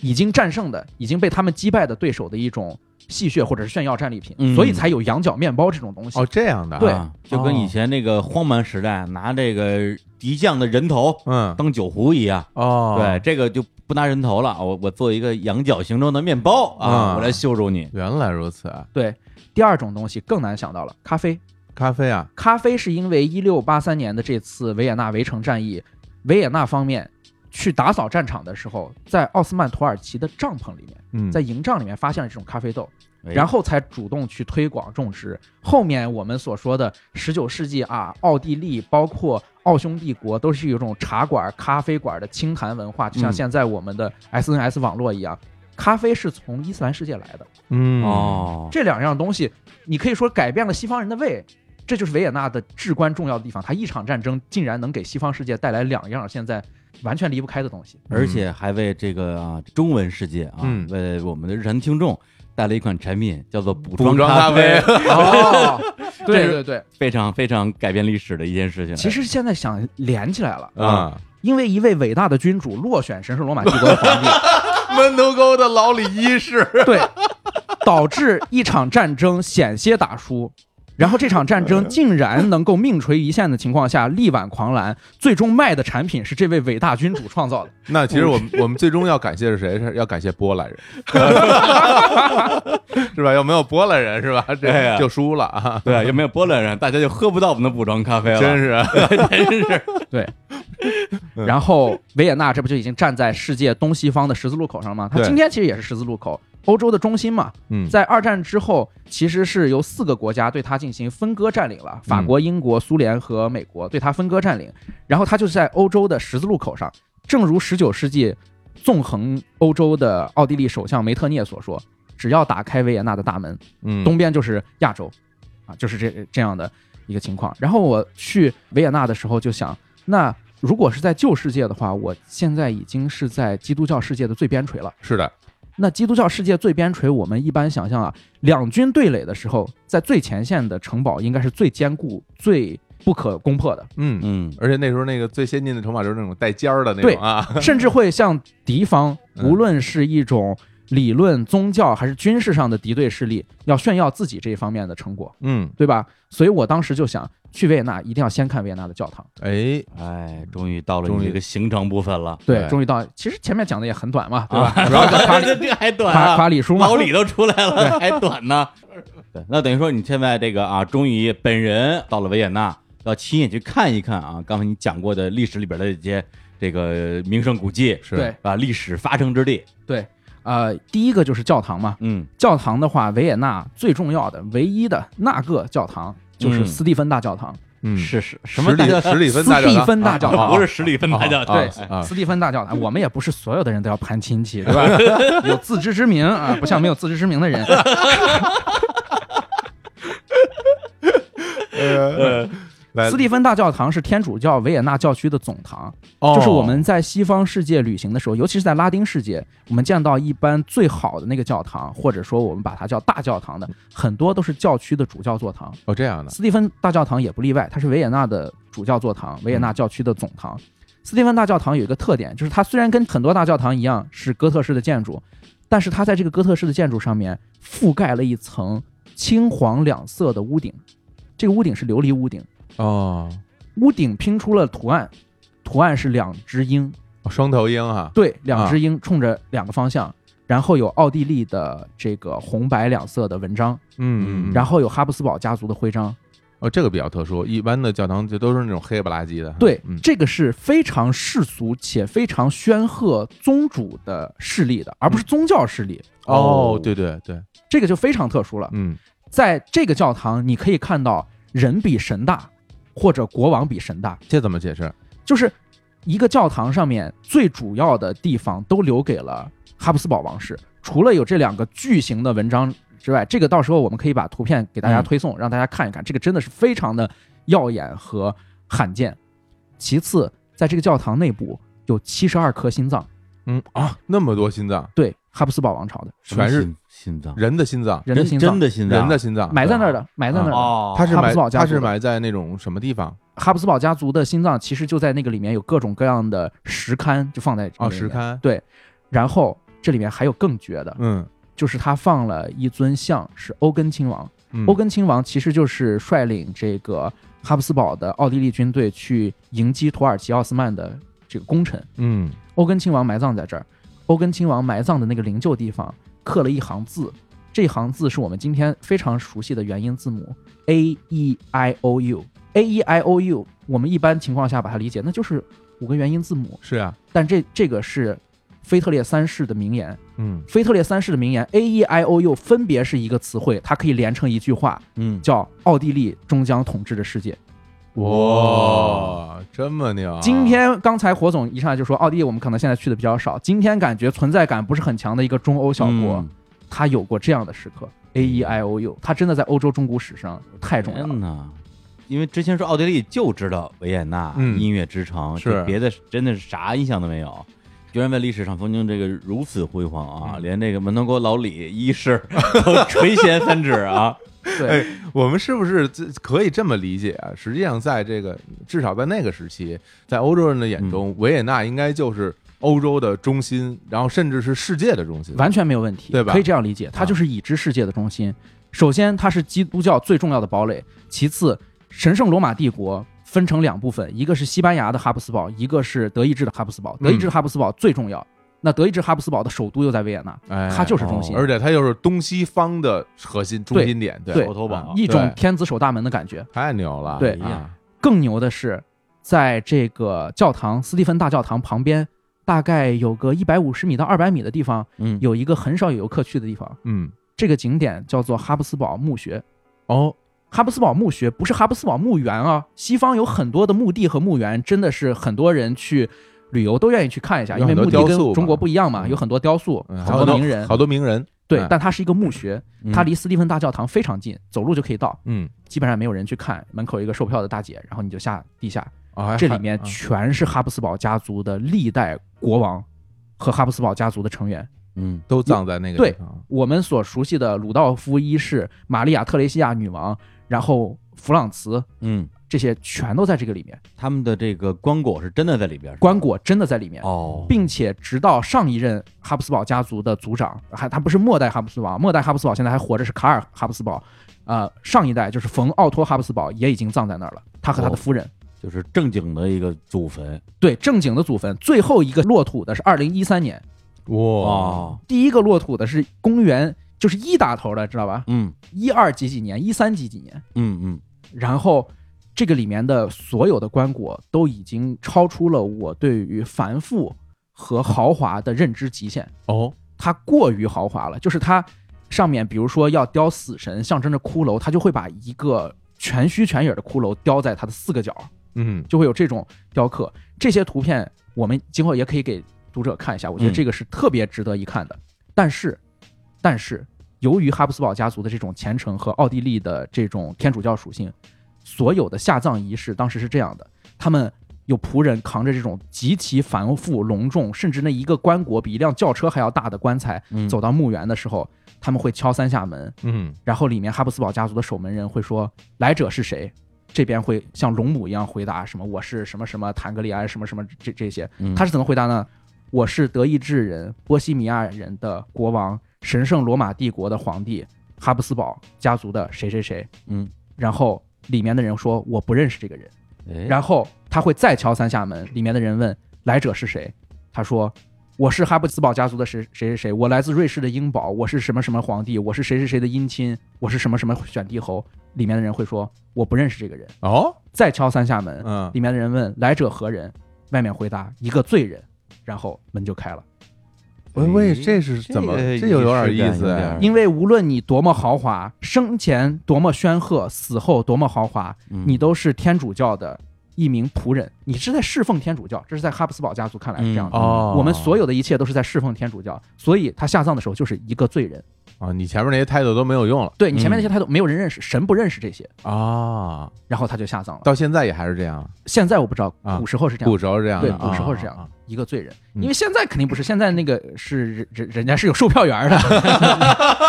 S4: 已经战胜的、已经被他们击败的对手的一种戏谑或者是炫耀战利品，
S3: 嗯
S4: 所以才有羊角面包这种东西。
S1: 哦这样的啊
S4: 对
S3: 啊就跟以前那个荒蛮时代拿这个敌将的人头
S1: 嗯
S3: 当酒壶一样。
S1: 哦
S3: 对，这个就不拿人头了，我我做一个羊角形状的面包
S1: 啊
S3: 啊，我来羞辱你。
S1: 原来如此，啊
S4: 对，第二种东西更难想到了，咖啡。
S1: 咖啡啊
S4: 咖啡是因为一六八三年的这次维也纳围城战役，维也纳方面去打扫战场的时候，在奥斯曼土耳其的帐篷里面，
S1: 嗯
S4: 在营帐里面发现了这种咖啡豆，
S3: 哎
S4: 然后才主动去推广种植。后面我们所说的十九世纪啊，奥地利包括奥匈帝国都是有一种茶馆、咖啡馆的清谈文化，就
S3: 嗯
S4: 像现在我们的 SNS 网络一样。咖啡是从伊斯兰世界来的，
S1: 嗯
S3: 哦，
S4: 这两样东西，你可以说改变了西方人的胃，这就是维也纳的至关重要的地方。它一场战争竟然能给西方世界带来两样现在完全离不开的东西。
S3: 而且还为这个啊中文世界啊
S1: 嗯，
S3: 为我们的日常听众带了一款产品，叫做补
S1: 补妆
S3: 咖
S1: 咖啡，
S4: 哦，对对对，
S3: 非常非常改变历史的一件事情。
S4: 其实现在想连起来了，
S1: 啊，
S4: 因为一位伟大的君主落选神圣罗马帝国的皇 帝，
S1: 门头沟的老李一世，
S4: 对，导致一场战争险些打输。然后这场战争竟然能够命垂一线的情况下力挽狂澜，最终卖的产品是这位伟大君主创造的。
S1: 那其实我们我们最终要感谢是谁？是要感谢波兰人，是吧？要没有波兰人是吧？
S3: 对
S1: 这
S3: 啊
S1: 就输了啊！
S3: 对，又没有波兰人，大家就喝不到我们的补妆咖啡了。
S1: 真是，嗯
S4: 然后维也纳这不就已经站在世界东西方的十字路口上吗？它
S1: 对
S4: 今天其实也是十字路口，欧洲的中心嘛。
S1: 嗯
S4: 在二战之后，其实是由四个国家对它进行分割占领
S1: 嗯
S4: 了，法国、英国、苏联和美国对它分割占领，然后它就是在欧洲的十字路口上。正如19世纪纵横欧洲的奥地利首相梅特涅所说：“只要打开维也纳的大门，
S1: 嗯
S4: 东边就是亚洲，啊，就是这这样的一个情况。然后我去维也纳的时候就想，那如果是在旧世界的话，我现在已经是在基督教世界的最边陲了。
S1: 是的，
S4: 那基督教世界最边陲，我们一般想象啊，两军对垒的时候，在最前线的城堡应该是最坚固、最不可攻破的，
S1: 嗯。
S3: 嗯，
S1: 而且那时候那个最先进的城堡就是那种带尖儿的那种啊，
S4: 甚至会向敌方，
S1: 嗯
S4: 无论是一种理论、宗教还是军事上的敌对势力，要炫耀自己这一方面的成果。
S1: 嗯，
S4: 对吧？所以我当时就想，去维也纳一定要先看维也纳的教堂。
S1: 哎，
S3: 哎，终于到了
S1: 终
S3: 你
S1: 于
S3: 这个行程部分了，
S1: 对
S4: 终于到，其实前面讲的也很短嘛，对吧？
S3: 啊
S4: 主 要就 夸
S3: 这这还短
S4: 夸
S3: 啊，
S4: 夸李叔嘛
S3: 老。李都出来了，还短呢。对，那等于说你现在这个啊，终于本人到了维也纳，要亲眼去看一看啊，刚才你讲过的历史里边的一些这个名胜古迹，
S1: 是
S4: 对，
S3: 啊，历史发生之地。
S4: 呃，第一个就是教堂嘛。
S3: 嗯，
S4: 教堂的话，维也纳最重要的、唯一的那个教堂就是
S3: 嗯
S4: 斯蒂芬大教堂。
S1: 嗯，
S3: 是是
S1: 十
S3: 什么大啊
S1: 里
S3: 家
S1: 十里芬大
S4: 斯
S1: 教
S4: 蒂
S1: 堂
S4: 芬大教堂，
S3: 啊不是十里芬大教堂，
S4: 对
S1: 啊
S4: 斯蒂芬大教堂，我们也不是所有的人都要攀亲戚，对吧？ 有自知之明啊，不像没有自知之明的人。
S1: 呃，来
S4: 斯蒂芬大教堂是天主教维也纳教区的总堂，
S1: 哦
S4: 就是我们在西方世界旅行的时候，尤其是在拉丁世界，我们见到一般最好的那个教堂，或者说我们把它叫大教堂的，很多都是教区的主教座堂。
S1: 哦这样的，
S4: 斯蒂芬大教堂也不例外，它是维也纳的主教座堂，维也纳教区的总堂。斯蒂芬大教堂有一个特点，就是它虽然跟很多大教堂一样是哥特式的建筑，但是它在这个哥特式的建筑上面覆盖了一层青黄两色的屋顶，这个屋顶是琉璃屋顶，
S1: 哦，
S4: 屋顶拼出了图案，图案是两只鹰，
S1: 哦双头鹰哈，
S4: 对，
S1: 啊
S4: 两只鹰冲着两个方向，然后有奥地利的这个红白两色的文章，
S1: 嗯嗯，
S4: 然
S1: 后
S4: 后有哈布斯堡家族的徽章。
S1: 哦这个比较特殊，一般的教堂就都是那种黑不拉几的，
S4: 对，
S1: 嗯
S4: 这个是非常世俗且非常煊赫宗主的势力的，而不是宗教势力。
S1: 嗯哦对对对，
S4: 这个就非常特殊了。
S1: 嗯
S4: 在这个教堂，你可以看到人比神大，或者国王比神大，
S1: 这怎么解释？
S4: 就是一个教堂上面最主要的地方都留给了哈布斯堡王室。除了有这两个巨型的文章之外，这个到时候我们可以把图片给大家推送，让大家看一看，这个真的是非常的耀眼和罕见。其次，在这个教堂内部有七十二颗心脏，
S1: 嗯啊那么多心脏，
S4: 对哈布斯堡王朝的
S1: 全是
S3: 心心脏，
S1: 人的心脏，
S4: 人的心脏
S3: 真的心脏，
S1: 人的心脏
S4: 埋在那儿的，埋在那儿的。
S3: 哦，
S1: 他是
S4: 哈布
S1: 埋
S4: 斯堡家
S1: 他
S4: 族
S1: 是
S4: 的
S1: 埋在那种什么地方
S4: 哈布斯堡家族的心脏其实就在那个里面，有各种各样的石龛，就放在
S1: 哦，
S4: 里面
S1: 石。龛，
S4: 然后这里面还有更绝的，
S1: 嗯
S4: 就是他放了一尊像，是欧根亲王。
S1: 嗯，
S4: 欧根亲王其实就是率领这个哈布斯堡的奥地利军队去迎击土耳其奥斯曼的这个功臣。
S1: 嗯
S4: 欧根亲王埋葬在这儿，欧根亲王埋葬的那个灵柩地方刻了一行字，这行字是我们今天非常熟悉的元音字母 A E I O U。A E I O U，我们一般情况下把它理解那就是五个元音字母，
S1: 是啊，
S4: 但这这个是腓特烈三世的名言。
S1: 嗯
S4: 腓特烈三世的名言 A E I O U 分别是一个词汇，它可以连成一句话，
S3: 嗯，
S4: 叫“奥地利终将统治着世界
S1: 哇这么牛啊，”。
S4: 今天刚才火总一上来就说，奥地利我们可能现在去的比较少，今天感觉存在感不是很强的一个中欧小
S3: 嗯
S4: 国，它有过这样的时刻。A E I O U，它真的在欧洲中古史上太重要了
S3: 天。呐，因为之前说奥地利就知道维也纳、
S1: 嗯
S3: 音乐之城，
S1: 是
S3: 这别的真的是啥印象都没有。居然在历史上曾经这个如此辉煌啊，
S1: 嗯
S3: 连这个门头沟老李一世 都垂涎三尺啊！
S4: 对，
S1: 我们是不是这可以这么理解啊？实际上，在这个至少在那个时期，在欧洲人的
S4: 嗯
S1: 眼中，维也纳应该就是欧洲的中心，然后甚至是世界的中心。
S4: 完全没有问题，
S1: 对吧
S4: 可以这样理解，它就是已知世界的中心。首先，它是基督教最重要的堡垒；其次，神圣罗马帝国分成两部分，一个是西班牙的哈布斯堡，一个是德意志的哈布斯堡。
S1: 嗯
S4: 德意志哈布斯堡最重要，那德意志哈布斯堡的首都又在维也纳，
S1: 哎，
S4: 它就是中心。
S1: 而且它又是东西方的核心中心点，
S4: 对
S1: 对，
S3: 头堡
S1: 啊
S4: 一种
S1: 对
S4: 天子守大门的感觉。
S1: 太牛了，
S4: 对
S1: 啊，
S4: 更牛的是，在这个教堂斯蒂芬大教堂旁边，大概有个一百五十米到二百米的地方，
S3: 嗯，
S4: 有一个很少有游客去的地方。
S1: 嗯，
S4: 这个景点叫做哈布斯堡墓穴。
S1: 哦，
S4: 哈布斯堡墓穴不是哈布斯堡墓园啊，西方有很多的墓地和墓园，真的是很多人去旅游都愿意去看一下，
S1: 有
S4: 因为
S1: 很多
S4: 墓地
S1: 雕塑
S4: 跟
S1: 嘛
S4: 中国不一样嘛，
S1: 嗯
S4: 有很多雕塑，
S1: 嗯
S4: 很
S1: 好
S4: 多
S1: 多
S4: 名人
S1: 好。多名人，
S4: 对
S1: 哎，
S4: 但它是一个墓穴，
S3: 嗯
S4: 它离斯蒂芬大教堂非常近，走路就可以到，
S1: 嗯，
S4: 基本上没有人去看。门口有一个售票的大姐，然后你就下地下，
S1: 啊，还
S4: 这里面
S1: 还
S4: 全是哈布斯堡家族的历代国王和哈布斯堡家族的成员。
S3: 嗯，
S1: 都葬在那个
S4: 对
S1: 地方
S4: 我们所熟悉的鲁道夫一世、玛利亚·特雷西亚女王，然后弗朗茨，
S3: 嗯，
S4: 这些全都在这个里面。
S3: 他们的这个棺椁是真的在里边，是吧
S4: 棺椁真的在里面，
S3: 哦，
S4: 并且直到上一任哈布斯堡家族的族长，还他不是末代哈布斯堡，末代哈布斯堡现在还活着，是卡尔哈布斯堡，呃，上一代就是冯奥托哈布斯堡也已经葬在那儿了，他和他的夫人。
S3: 就是正经的一个祖坟
S4: 对正经的祖坟，最后一个落土的是二零一三年，啊
S1: 哇，
S3: 哦，
S4: 第一个落土的是公元就是一打头的，知道吧？
S3: 嗯
S4: 一二几几年，一三几几年，
S3: 嗯嗯，
S4: 然后这个里面的所有的棺椁都已经超出了我对于繁复和豪华的认知极限，
S1: 哦，
S4: 它过于豪华了。就是它上面，比如说要雕死神，象征着骷髅，它就会把一个全虚全影的骷髅雕在它的四个角，
S1: 嗯，
S4: 就会有这种雕刻。这些图片我们今后也可以给读者看一下，我觉得
S3: 嗯
S4: 这个是特别值得一看的。但是，但是由于哈布斯堡家族的这种虔诚和奥地利的这种天主教属性，所有的下葬仪式当时是这样的，他们有仆人扛着这种极其繁复、隆重，甚至那一个棺椁比一辆轿车还要大的棺材，
S5: 嗯
S4: 走到墓园的时候，他们会敲三下门，
S1: 嗯
S4: 然后里面哈布斯堡家族的守门人会说来者是谁，这边会像龙母一样回答什么我是什么什么坦格里安什么什么这这些
S5: 嗯，
S4: 他是怎么回答呢？我是德意志人、波西米亚人的国王，神圣罗马帝国的皇帝哈布斯堡家族的谁谁谁。
S5: 嗯，
S4: 然后里面的人说我不认识这个人，
S5: 哎
S4: 然后他会再敲三下门，里面的人问来者是谁，他说我是哈布斯堡家族的谁谁谁谁，我来自瑞士的英堡，我是什么什么皇帝，我是谁谁谁的姻亲，我是什么什么选帝侯。里面的人会说我不认识这个人，
S1: 哦
S4: 再敲三下门，
S1: 嗯
S4: 里面的人问来者何人，外面回答一个罪人，然后门就开了。
S1: 喂喂，这是怎么？
S3: 这个
S1: 这就有点意
S3: 仪式
S1: 思
S3: 感有
S1: 哎
S3: 点。
S4: 因为无论你多么豪华，生前多么煊赫，死后多么豪华，
S5: 嗯
S4: 你都是天主教的一名仆人，你是在侍奉天主教，这是在哈布斯堡家族看来是这样的。
S1: 哦，
S4: 嗯我们所有的一切都是在侍奉天主教，所以他下葬的时候就是一个罪人。
S1: 啊，你前面那些态度都没有用了
S4: 对你前面那些态度，没有人认识，神不认识这些，
S1: 啊，
S4: 然后他就下葬了。
S1: 到现在也还是这样，
S4: 现在我不知道，
S1: 啊
S4: 古时候是这样
S1: 古
S4: 的，
S1: 时候是这样的，
S4: 对，古时候
S1: 啊
S4: 是这样
S1: 啊
S4: 的，一个罪人。
S1: 嗯
S4: 因为现在肯定不是，现在那个是人人人家是有售 票员的，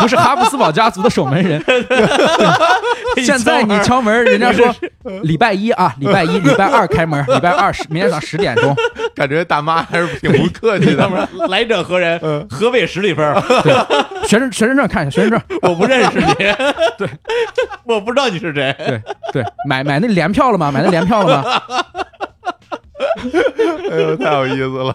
S4: 不是哈布斯堡家族的守门人。现在 你敲门，人 家说礼拜一啊，礼拜一、礼拜二开门，礼拜二十明天早上十点钟。
S1: 啊感觉大妈还是挺不客气的。
S3: 啊 来者何
S4: 嗯
S3: 人？何谓十里分？
S4: 学生学生证看一下，学生证
S3: 我不认识你，对， 我不知道你是谁。
S4: 对，买买那联票了吗？买那联票了 吗？
S1: 哎呦，太有意思了。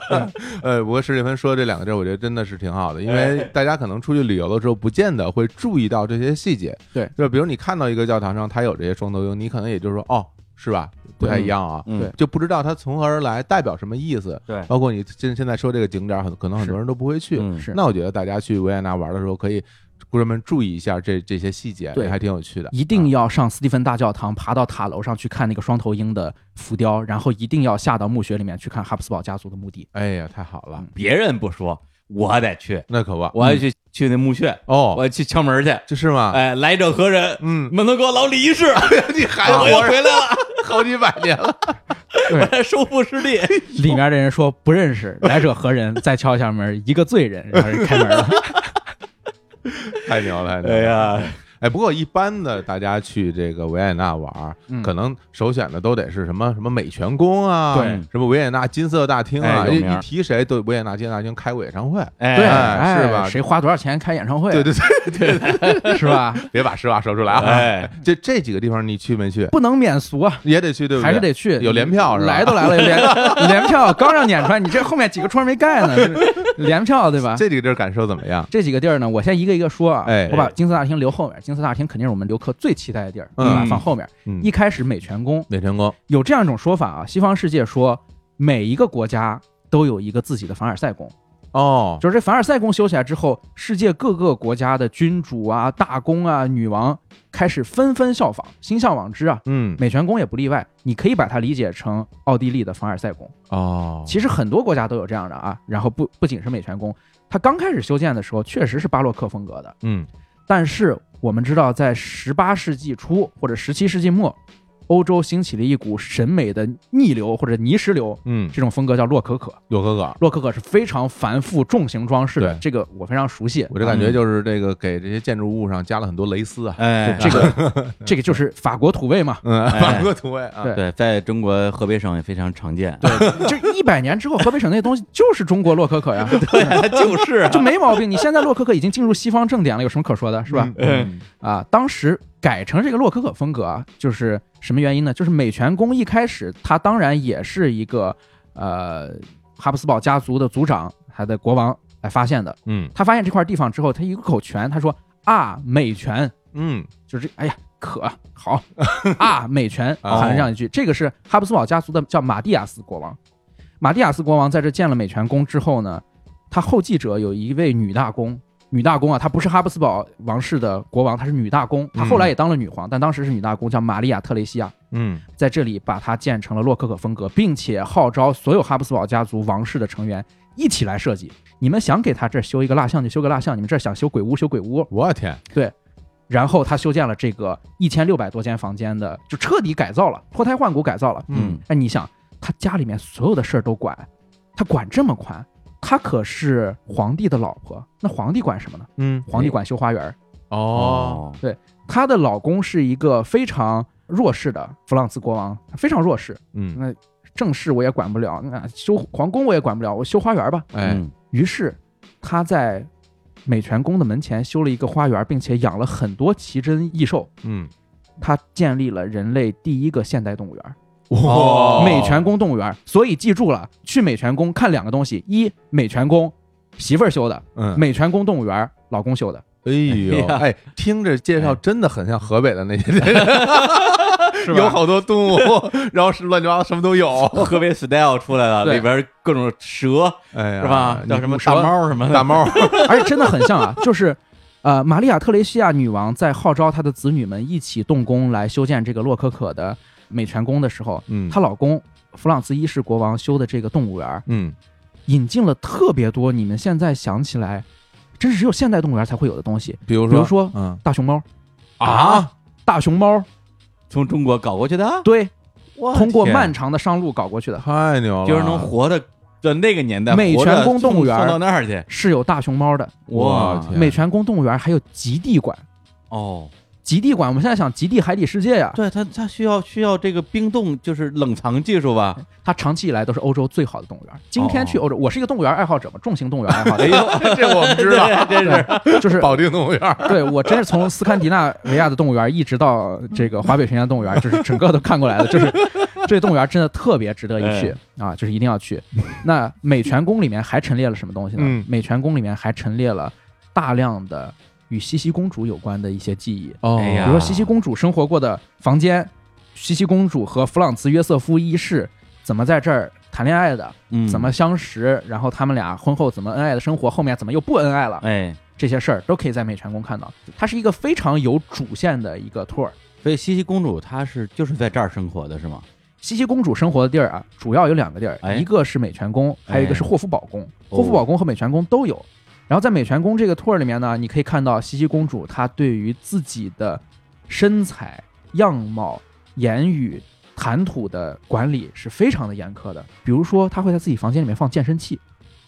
S1: 呃，不过史蒂芬说这两个字儿，我觉得真的是挺好的，因为大家可能出去旅游的时候，不见得会注意到这些细节。
S4: 对
S1: 就比如你看到一个教堂上它有这些双头鹰，你可能也就是说，哦，是吧？不太一样啊。
S5: 嗯
S4: 对
S1: 就不知道它从何而来，代表什么意思。
S5: 对
S1: 包括你现现在说这个景点儿，很可能很多人都不会去。
S5: 嗯
S4: 是
S1: 那我觉得大家去维也纳玩的时候，可以专门注意一下这这些细节，
S4: 对
S1: 还挺有趣的。啊
S4: 一定要上斯蒂芬大教堂，爬到塔楼上去看那个双头鹰的浮雕，然后一定要下到墓穴里面去看哈布斯堡家族的墓地。
S1: 哎呀，太好了，
S3: 别人不说，我得去，
S1: 那可不嗯
S3: 我要去去那墓穴，我
S1: 哦，
S3: 要去敲门去。
S1: 这是吗？
S3: 哎，来者何人？
S1: 嗯，哦
S3: 门头沟老李一世，
S1: 你还
S3: 啊我又
S1: 活着
S3: 回来了，
S1: 好几百年了，
S3: 我来收复失 地。
S4: 里面的人说不认识，来者何人？再敲一下门，一个罪人，然后人开门了。
S1: 太牛了，太牛了！
S3: 哎呀，
S1: 哎，不过一般的大家去这个维也纳玩儿，
S4: 嗯
S1: 可能首选的都得是什么什么美泉宫啊，
S5: 对，
S1: 什么维也纳金色大厅啊，
S5: 哎有
S1: 一
S5: 名儿
S1: 一提谁都维也纳金色大厅开过演唱会，
S4: 对，
S1: 哎
S3: 哎
S4: 哎
S1: 是吧
S4: 谁花多少钱开演唱会？
S1: 对对对，
S4: 对，是吧？
S1: 别把实话说出来啊！
S3: 哎，
S1: 这这几个地方你去没去？
S4: 不能免俗啊，
S1: 也得去，对不对？
S4: 还是得去。
S1: 有联票是吧
S4: 来都来了，有 联联票刚让撵出来，你这后面几个窗没盖呢， 联票对吧？
S1: 啊这几个地儿感受怎么样？
S4: 这几个地儿呢，我先一个一个说啊。
S1: 哎
S4: 我把金色大厅留后面，金色大厅肯定是我们游客最期待的地儿，
S1: 嗯
S4: 我把它放后面。
S1: 嗯
S4: 一开始美泉宫
S1: 美泉宫，
S4: 有这样一种说法啊，西方世界说每一个国家都有一个自己的凡尔赛宫，
S1: 哦，
S4: 就是这凡尔赛宫修起来之后，世界各个国家的君主啊、大公啊、女王开始纷纷效仿，心向往之啊。
S1: 嗯，
S4: 美泉宫也不例外，你可以把它理解成奥地利的凡尔赛宫。
S1: 哦，
S4: 其实很多国家都有这样的啊。然后不不仅是美泉宫，它刚开始修建的时候确实是巴洛克风格的，
S1: 嗯，
S4: 但是我们知道，在十八世纪初或者十七世纪末，欧洲兴起了一股审美的逆流或者泥石流，
S1: 嗯，
S4: 这种风格叫洛可可。
S1: 有可可，
S4: 洛可可是非常繁复重型装饰的
S1: 对，
S4: 这个我非常熟悉。啊
S1: 我这感觉就是这个给这些建筑物上加了很多蕾丝啊，
S3: 哎，
S4: 这个这个就是法国土味嘛，
S1: 嗯，
S3: 哎
S1: 法国土味啊，
S4: 对
S3: 对，在中国河北省也非常常见。
S4: 就一百年之后，河北省那东西就是中国洛 可可呀，
S3: 对， 就是啊
S4: 就没毛病。你现在洛可可已经进入西方正典了，有什么可说的，是吧？
S1: 嗯？
S4: 啊，当时改成这个洛可可风格啊，就是什么原因呢？就是美泉宫一开始，他当然也是一个呃哈布斯堡家族的族长，他的国王来发现的。
S1: 嗯
S4: 他发现这块地方之后，他一口泉，他说啊，美泉，
S1: 嗯
S4: 就是哎呀，渴好啊，美泉
S1: 哦
S4: 喊了这样一句。这个是哈布斯堡家族的叫马蒂亚斯国王。马蒂亚斯国王在这建了美泉宫之后呢，他后继者有一位女大公。女大公啊，她不是哈布斯堡王室的国王，她是女大公。她后来也当了女皇，但当时是女大公，叫玛利亚·特雷西亚。
S1: 嗯
S4: 在这里把它建成了洛可可风格，并且号召所有哈布斯堡家族王室的成员一起来设计。你们想给他这儿修一个蜡像就修个蜡像，你们这儿想修鬼屋修鬼屋，
S1: 我天，
S4: 然后他修建了这个一千六百多间房间的，就彻底改造了，脱胎换骨改造了。
S1: 嗯，
S4: 哎，你想，他家里面所有的事儿都管，他管这么宽，他可是皇帝的老婆，那皇帝管什么呢？
S1: 嗯，
S4: 皇帝管修花园儿。
S1: 哦，
S4: 她的老公是一个非常弱势的弗朗茨国王，非常弱势，
S1: 嗯，
S4: 那正事我也管不了，那修皇宫我也管不了，我修花园吧。
S1: 哎，
S3: 嗯
S4: 于是他在美泉宫的门前修了一个花园，并且养了很多奇珍异兽。
S1: 嗯，
S4: 他建立了人类第一个现代动物园
S1: 哇
S4: ——
S1: 哦
S4: 美泉宫动物园。所以记住了，去美泉宫看两个东西：一，美泉宫媳妇儿修的；
S1: 嗯，
S4: 美泉宫动物园老公修的。
S1: 哎呦，哎，听着介绍真的很像河北的那些，
S4: 吧
S1: 有好多动物，然后是乱七八糟什么都 有，
S3: 河北 style 出来了，
S4: 对
S3: 里边各种蛇
S1: 哎呀，
S3: 是吧？叫什么
S1: 你
S3: 大
S1: 说
S3: 猫什么的，
S1: 大猫，
S4: 而且真的很像啊，就是。呃，玛利亚·特雷西亚女王在号召她的子女们一起动工来修建这个洛可可的美泉宫的时候，
S1: 嗯，
S4: 她老公弗朗茨一世国王修的这个动物园儿，
S1: 嗯，
S4: 引进了特别多你们现在想起来，真是只有现代动物园才会有的东西，
S1: 比如说，
S4: 比如说
S1: 嗯，
S4: 大熊猫
S3: 啊，
S4: 大熊猫
S3: 从中国搞过去的，
S4: 对，
S3: 我
S4: 通过
S3: 哦天
S4: 漫长的商路搞过去的，
S1: 太牛了，
S3: 就是能活的，在那个年代，
S4: 美
S3: 活着
S4: 泉宫动物园
S3: 送送到那儿去，
S4: 是有大熊猫的。
S1: 哇天
S4: 美泉宫动物园还有极地馆，
S3: 哦，
S4: 极地馆我们现在想极地海底世界呀、
S3: 对它它需要需要这个冰冻，就是冷藏技术吧？
S4: 它长期以来都是欧洲最好的动物园。今天去欧洲，我是一个动物园爱好者嘛，重型动物园爱好者
S3: 哦哎，呦，
S1: 这我们知道，
S3: 真 是
S4: 就是
S1: 保定动物园，
S4: 对我真是从斯堪的纳维亚的动物园一直到这个华北平原动物园，就是整个都看过来了。就是这动物园真的特别值得一去啊，就是一定要去。那美泉宫里面还陈列了什么东西呢？
S1: 嗯
S4: 美泉宫里面还陈列了大量的与茜茜公主有关的一些记忆，
S1: 哦
S3: 哎
S4: 比
S3: 呀
S4: 如说茜茜公主生活过的房间，茜茜公主和弗朗茨约瑟夫一世怎么在这儿谈恋爱的，
S3: 嗯
S4: 怎么相识，然后他们俩婚后怎么恩爱的生活，后面怎么又不恩爱了。
S3: 哎？
S4: 这些事儿都可以在美泉宫看到。它是一个非常有主线的一个 tour。
S3: 所以茜茜公主她是就是在这儿生活的是吗？
S4: 茜茜公主生活的地儿啊，主要有两个地儿，
S3: 哎
S4: 一个是美泉宫，还有一个是霍夫堡宫。
S3: 哦
S4: 霍夫堡宫和美泉宫都有。然后在美泉宫这个 tour 里面呢，你可以看到茜茜公主她对于自己的身材、样貌、言语、谈吐的管理是非常的严苛的。比如说，她会在自己房间里面放健身器、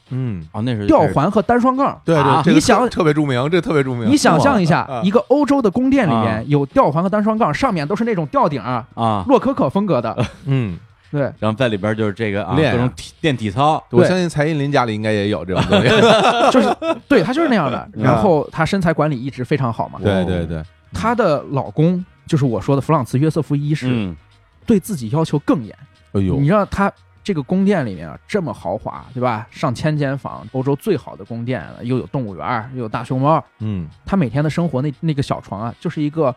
S1: 嗯，
S3: 哦，那是
S4: 吊，环和单双杠。
S1: 对
S3: 啊
S1: 对，这个
S4: 你想
S1: 特特别著名，这特别著名，
S4: 你想象一下
S1: 哇，啊
S4: 一个欧洲的宫殿里
S3: 啊
S4: 面有吊环和单双杠，上面都是那种吊顶啊，
S3: 啊，
S4: 洛可可风 格的，
S1: 嗯，
S4: 对，
S3: 然后在里边就是这个啊，
S1: 练
S3: 各
S1: 啊
S3: 种体练体操，
S1: 我
S4: 对
S1: 相信蔡依林家里应该也有这种 东西，
S4: 就是对她就是那 样
S3: 嗯
S4: 的。然后她身材管理一直非常好嘛，
S1: 对对 对，
S4: 她的老公就是我说的弗朗茨约瑟夫一世，
S3: 嗯，
S4: 对自己要求更严。
S1: 哎呦
S4: 你，让她这个宫殿里面啊这么豪华，对吧？上千间房，欧洲最好的宫殿，又有动物园，又有大熊猫，
S1: 嗯，
S4: 她每天的生活那那个小床啊，就是一个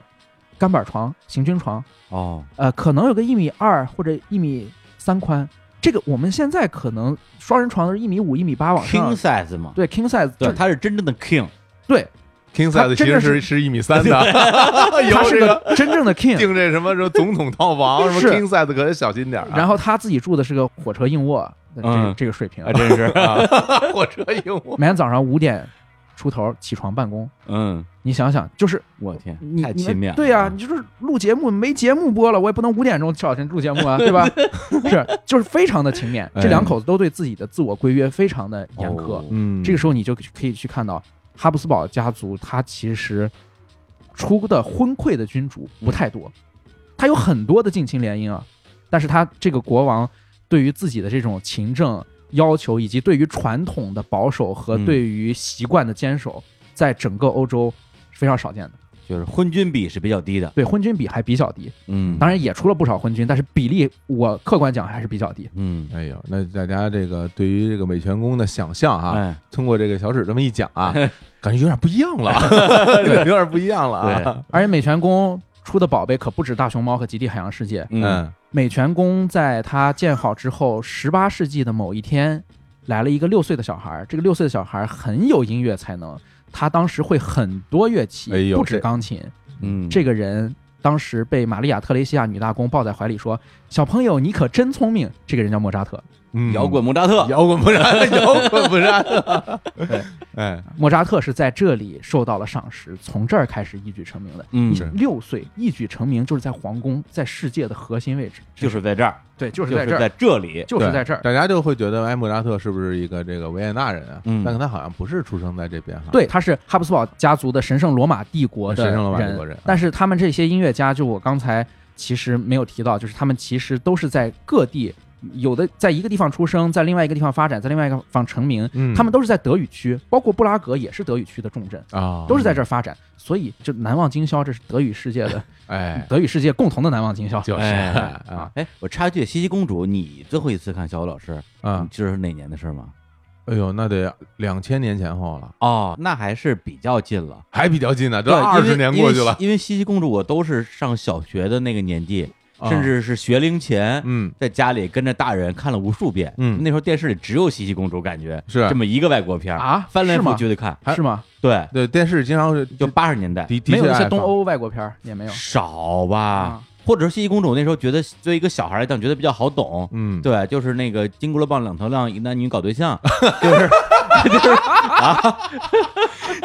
S4: 干板床、行军床，
S3: 哦，
S4: 呃，可能有个一米二或者一米三宽。这个我们现在可能双人床都是一米五、一米八往
S3: king
S4: 上，
S3: size 嘛，
S4: 对 king size，
S3: 对，
S4: 就是
S3: 他是真正的 king，
S4: 对，
S1: king
S4: 他
S1: size 其
S4: 真
S1: 实
S4: 的
S1: 是是一米三的，
S4: 他
S1: 有
S4: 是
S1: 这个
S4: 个真正 的 king。
S1: 定这什么什么总统套 房，什么
S4: 是
S1: king size 可得小心点儿啊。
S4: 然后他自己住的是个火车硬卧，这
S3: 嗯
S4: 个这个水平
S3: 啊，。真是，
S1: 啊， 火车硬卧，
S4: 每天早上五点出头起床办公，
S3: 嗯，
S4: 你想想，就是
S3: 我天
S4: 你，
S3: 太
S4: 你
S3: 勤
S4: 们
S3: 勉了，
S4: 对啊呀，你就是录节目没节目播了，我也不能五点钟找人录节目啊，对吧？ 是，就是非常的勤勉。这两口子都对自己的自我规约非常的严苛
S3: 哎哦。
S1: 嗯
S4: 这个时候你就可以去看到哈布斯堡家族，它其实出的昏聩的君主不太多，
S3: 嗯
S4: 他有很多的近亲联姻啊，但是他这个国王对于自己的这种勤政要求，以及对于传统的保守和
S3: 嗯
S4: 对于习惯的坚守，在整个欧洲是非常少见的。
S3: 就是婚均比是比较低的，
S4: 对昏君比还比较低，
S3: 嗯，
S4: 当然也出了不少昏君，但是比例我客观讲还是比较低。
S3: 嗯，
S1: 哎呦，那大家这个对于这个美泉宫的想象啊，
S3: 哎，
S1: 通过这个小史这么一讲啊，感觉有点不一 样了，有点不一样了啊。
S4: 而且美泉宫出的宝贝可不止大熊猫和极地海洋世界，
S3: 嗯，
S1: 嗯，
S4: 美泉宫在它建好之后，十八世纪的某一天，来了一个六岁的小孩儿。这个六岁的小孩儿很有音乐才能，他当时会很多乐器，
S1: 哎呦
S4: 不止
S1: 这
S4: 钢琴。
S3: 嗯，
S4: 这个人当时被玛利亚·特雷西亚女大公抱在怀里说：“小朋友，你可真聪明。”这个人叫莫扎特。
S1: 嗯
S3: 摇滚莫扎特，
S1: 摇滚不 然，摇滚不然， 哎，
S4: 莫扎特是在这里受到了赏识，从这儿开始一举成名的。
S3: 嗯，
S1: 是
S4: 六岁一举成名，就是在皇宫，在世界的核心位置，
S3: 就是在这儿，
S4: 对，就
S3: 就是
S4: 在这
S3: 在
S4: 儿，
S3: 这里，
S4: 就是
S1: 对
S4: 在这儿。
S1: 大家就会觉得，哎，莫扎特是不是一个这个维也纳人啊？
S3: 嗯
S1: 但可他好像不是出生在这边哈。
S4: 对，他是哈布斯堡家族的神圣罗马帝国的
S1: 啊神
S4: 人，
S1: 圣罗马帝国人
S4: 但是他们这些音乐家，就我刚才其实没有提到，就是他们其实都是在各地，有的在一个地方出生，在另外一个地方发展，在另外一个地方成名，
S1: 嗯，
S4: 他们都是在德语区，包括布拉格也是德语区的重镇，
S1: 啊，
S4: 都是在这儿发展。所以，就难忘今宵，这是德语世界的
S1: 哎，
S4: 德语世界共同的难忘今宵。
S1: 就是
S3: 哎
S1: 啊，
S3: 哎，我插一句，西西公主，你最后一次看小雨老师，
S1: 啊
S4: 嗯
S3: 你，知道是哪年的事儿吗？
S1: 哎呦，那得两千年前后了，
S3: 哦，那还是比较近了，
S1: 还比较近呢，都
S3: 因为
S1: 二十年过去了，
S3: 因为因为西西公主，我都是上小学的那个年纪，
S1: 啊
S3: 甚至是学龄前，
S1: 嗯
S3: 在家里跟着大人看了无数遍。
S1: 嗯
S3: 那时候电视里只有西西公主，感觉
S1: 是
S3: 这么一个外国片儿
S4: 啊
S3: 翻来
S4: 是
S3: 覆
S4: 吗
S3: 去的看。
S4: 是吗？
S3: 对，
S1: 对，电视经常是
S3: 就八十年代
S1: 的的
S4: 没有
S1: 确
S4: 一些
S1: 爱
S4: 东
S1: 放
S4: 欧外国片儿也没有
S3: 少吧，，
S1: 啊
S3: 或者说西西公主那时候觉得作为一个小孩来讲，觉得比较好懂。
S1: 嗯，
S3: 对，就是那个金箍棒两头亮，一男女搞对象， 就是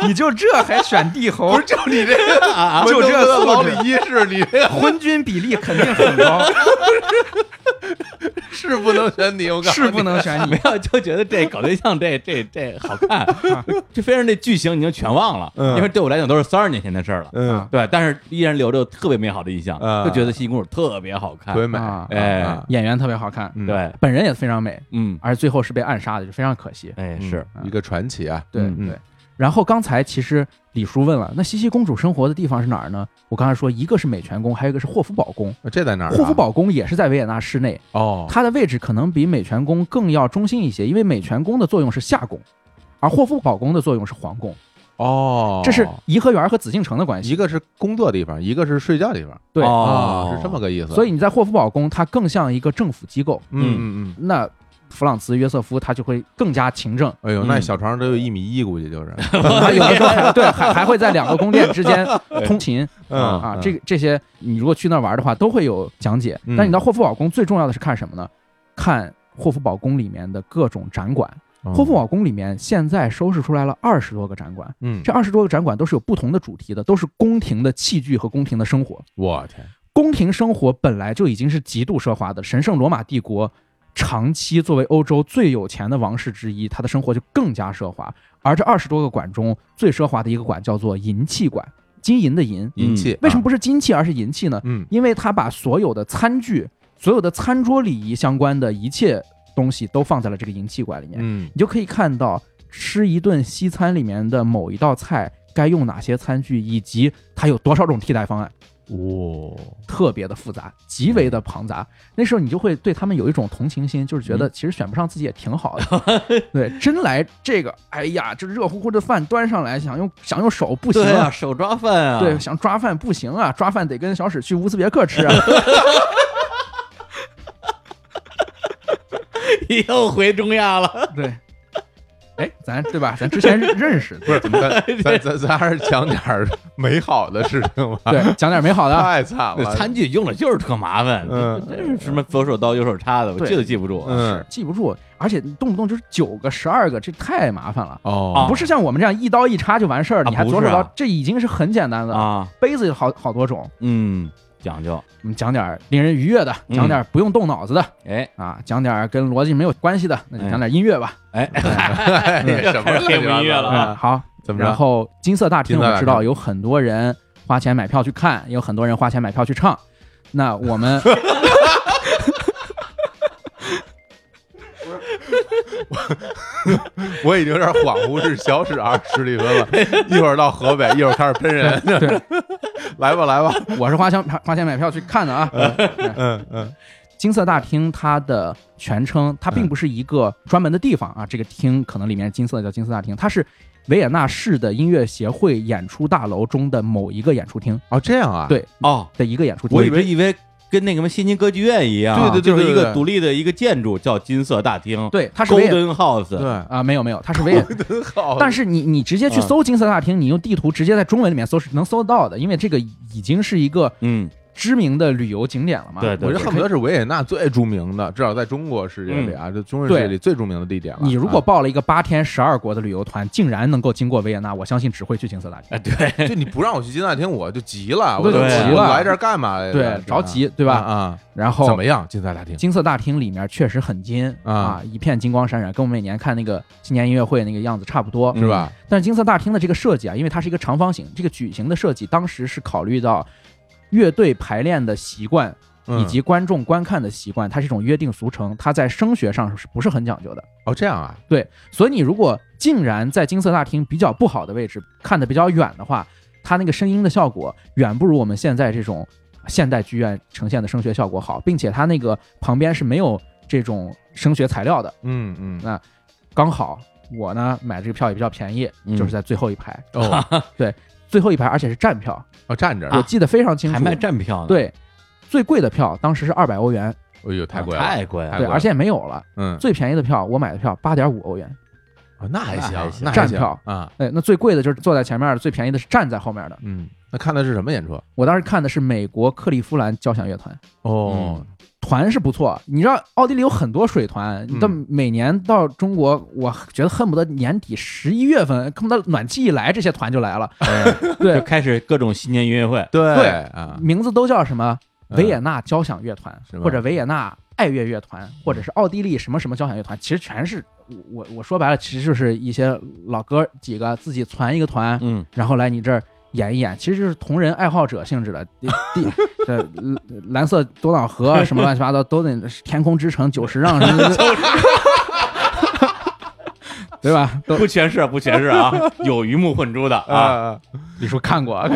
S4: 你就这还选帝侯？
S1: 就你这个
S3: 啊啊，
S1: 就
S4: 这素质
S1: 老李一世，你这 个
S4: 昏君比例肯定很高，
S1: 是不能选你， 我告诉你，
S4: 是 不能选你
S3: 没。有就觉得这搞对象这这这好看，这非常这剧情已经全忘了，
S1: 嗯
S3: 因为对我来讲都是三十年前的事儿了。
S4: 啊
S1: 嗯，
S3: 对，但是依然留着特别美好的印象，
S1: 啊
S3: 就觉得西西公主特别好看。
S1: 鬼美，
S4: 啊
S3: 哎
S1: 啊
S4: 演员特别好看，
S1: 嗯
S3: 对，
S4: 本人也非常美，
S3: 嗯，
S4: 而最后是被暗杀的，就非常可惜。
S3: 哎
S1: 嗯
S3: 是，
S1: 一个传奇啊，
S4: 对
S1: 嗯
S4: 对。然后刚才其实李叔问了，那西西公主生活的地方是哪儿呢？我刚才说，一个是美泉宫，还有一个是霍夫堡宫。
S1: 这在哪儿啊？
S4: 霍夫堡宫也是在维也纳市内，
S1: 哦，
S4: 它的位置可能比美泉宫更要中心一些，因为美泉宫的作用是夏宫，而霍夫堡宫的作用是皇宫。
S1: 哦，
S4: 这是颐和园和紫禁城的关系。
S1: 一个是工作地方，一个是睡觉地方
S4: 对，
S3: 哦
S1: 啊，是这么个意思。
S4: 所
S1: 以，
S4: 以你在霍夫堡宫，它更像一个政府机构。
S1: 嗯嗯嗯，
S4: 那弗朗茨·约瑟夫他就会更加勤政，
S1: 哎呦，那
S3: 嗯
S1: 小床得有一米一，估计就是。
S4: 他有的时候还对还还会在两个宫殿之间通勤
S1: 嗯
S4: 啊。这
S1: 个
S4: 个这些你如果去那儿玩的话，都会有讲解。
S1: 嗯
S4: 但你到霍夫堡宫最重要的是看什么呢？看霍夫堡宫里面的各种展馆。
S1: 嗯哦
S4: 霍夫，堡宫里面现在收拾出来了二十多个展馆，
S1: 嗯，
S4: 这二十多个展馆都是有不同的主题的，都是宫廷的器具和宫廷的生活。
S1: 我天，
S4: 宫廷生活本来就已经是极度奢华的，神圣罗马帝国长期作为欧洲最有钱的王室之一，他的生活就更加奢华。而这二十多个馆中，最奢华的一个馆叫做银器馆，金银的银。
S1: 银
S3: 嗯
S1: 器
S4: 嗯为什么？不是金器，而是银器呢？
S1: 啊 嗯
S4: 因为他把所有的餐具、所有的餐桌礼仪相关的一切东西都放在了这个银器馆里面。
S1: 嗯
S4: 你就可以看到吃一顿西餐里面的某一道菜该用哪些餐具，以及它有多少种替代方案。
S1: 哦，
S4: 特别的复杂，极为的庞
S3: 嗯
S4: 杂。那时候你就会对他们有一种同情心，就是觉得其实选不上自己也挺好的。 对，真来这个，哎呀，这热乎乎的饭端上来，想用想用手不行
S3: 对啊，
S4: 啊，
S3: 手抓饭啊，
S4: 对，想抓饭不行啊，抓饭得跟小史去乌兹别克 吃啊。
S3: 对， 又回中亚了，
S4: 对，哎，咱对吧？咱之前认认识，
S1: 不是，咱咱咱咱还是讲点儿 美好的事情吧。
S4: 对，讲点美好的
S3: 哎
S4: 啊。
S1: 太惨了，
S3: 餐具用的就是特麻烦，
S1: 嗯
S3: 真是什么左手刀右手叉的，我
S4: 对
S3: 记都记不住。啊
S1: 嗯
S4: 记不住，而且你动不动就是九个、十二个，这太麻烦了。
S1: 哦，
S4: 啊不是像我们这样一刀一叉就完事儿，
S3: 啊
S4: 你还
S3: 不
S4: 左
S3: 是
S4: 手
S3: 啊
S4: 刀，这已经是很简单的。
S3: 啊，
S4: 杯子有好好多种，
S3: 嗯，讲究，
S4: 我们嗯讲点儿令人愉悦的，
S3: 嗯
S4: 讲点儿不用动脑子的、
S3: 哎
S4: 啊，讲点儿跟逻辑没有关系的，那就讲点儿音乐吧。
S3: 哎，
S1: 什么
S3: 又开始黑幕音乐了
S4: 嗯，
S1: 啊？
S4: 好。
S1: 怎么
S4: 然
S1: 着？
S4: 后金色大厅
S1: 金色大
S4: 我
S1: 厅
S4: 知道有很多人花钱买票去看，也有很多人花钱买票去唱。那 我们
S1: 我已经有点恍惚，是小史二十里分了。一会儿到河北，一会儿开始喷人。 来吧，来吧，
S4: 我是花钱花钱买票去看的啊。
S1: 嗯嗯
S4: 金色大厅它的全称，它并不是一个专门的地方啊，这个厅可能里面金色的叫金色大厅，它是维也纳市的音乐协会演出大楼中的某一个演出厅
S1: 哦，这样啊？
S4: 对
S3: 哦，
S4: 的一个演出厅。
S3: 我一直以为跟那个什么悉尼歌剧院一样，
S1: 对对对
S3: 就是
S1: 对
S3: 一
S1: 对
S3: 个
S1: 对
S3: 独立的一个建筑叫金色大厅，
S4: 对，它是维也
S3: Golden House，
S1: 对，
S4: 啊，没有没有，它是 维也。
S1: 真好。嗯
S4: 但是你你直接去搜金色大厅，你用地图直接在中文里面搜是能搜到的，因为这个已经是一个
S3: 嗯，
S4: 知名的旅游景点了嘛。
S3: 对
S1: 我
S3: 对
S4: 我
S1: 觉得
S4: 就恨
S1: 恨
S4: 不
S1: 不
S4: 得
S1: 得是维也纳最著名的，至少在中国世界里啊，这中世界里最著名的地点了。
S4: 你如
S1: 啊
S4: 果报了一个八天十二国的旅游团，竟然能够经过维也纳，我相信只会去金色大厅。
S1: 就你不让我去金大厅，我就急了，我
S4: 对
S1: 就
S3: 对
S1: 急
S3: 急
S1: 了，
S4: 了
S1: 我来这儿干嘛来着？
S4: 对，着急，对
S1: 对
S4: 吧？哦
S1: 啊，
S4: 然
S1: 怎
S4: 后
S1: 么样？金色大厅
S4: 金色大厅里面确实很金
S1: 啊
S4: 啊，一片金光闪闪，跟我们每年看那个新年音乐会那个样子差不多。
S1: 是吧？
S4: 但是金色大厅的这个设计啊，因为它是一个长方形，这个矩形的设计，当时是考虑到乐队排练的习惯
S1: 嗯
S4: 以及观众观看的习惯，它是一种约定俗成，它在声学上是不是很讲究的？
S1: 哦，这样啊，
S4: 所以你如果竟然在金色大厅比较不好的位置看得比较远的话，它那个声音的效果远不如我们现在这种现代剧院呈现的声学效果好，并且它那个旁边是没有这种声学材料的，
S1: 嗯嗯，
S4: 刚好我呢买这个票也比较便宜，就是在最后一排，
S1: 哦，
S4: 最后一排而且是站票，
S1: 哦，站着，
S4: 我记得非常清楚，
S3: 还卖站票呢？，哦
S4: 对。最贵的票当时是二百欧元，
S1: 哎呦，太贵了，
S3: 啊太贵
S1: 太
S3: 了。
S4: 对，
S1: 贵了
S4: 而且也没有了。
S1: 嗯，
S4: 最便宜的票我买的票八点五欧元，
S1: 哦那还行
S3: 那还，行
S1: 那还
S4: 站
S1: 行
S4: 票
S1: 啊，
S4: 哎，那最贵的就是坐在前面的，最便宜的是站在后面的。
S1: 嗯，那看的是什么演出？
S4: 我当时看的是美国克利夫兰交响乐团，
S1: 哦，
S4: 团是不错。你知道奥地利有很多水团，
S1: 嗯
S4: 但每年到中国，我觉得恨不得年底十一月份，恨不得暖气一来，这些团就来了。
S3: 就
S4: 对，
S3: 开始各种新年音乐会，
S1: 哎对
S4: 对
S1: 啊，
S4: 名字都叫什么？
S1: 嗯
S4: 维也纳交响乐团
S1: 是，吧
S4: 或者维也纳爱乐乐团，或者是奥地利什么什么交响乐团，其实全是我我说白了，其实就是一些老哥几个自己攒一个团，
S3: 嗯，
S4: 然后来你这儿演一演，其实就是同人爱好者性质的。地地呃，蓝色多瑙河什么乱七八糟都得天空之城九十让什么的，对吧？都
S3: 不全是不全是 啊，有鱼目混珠的啊。
S1: 啊，哎
S4: 李叔看过，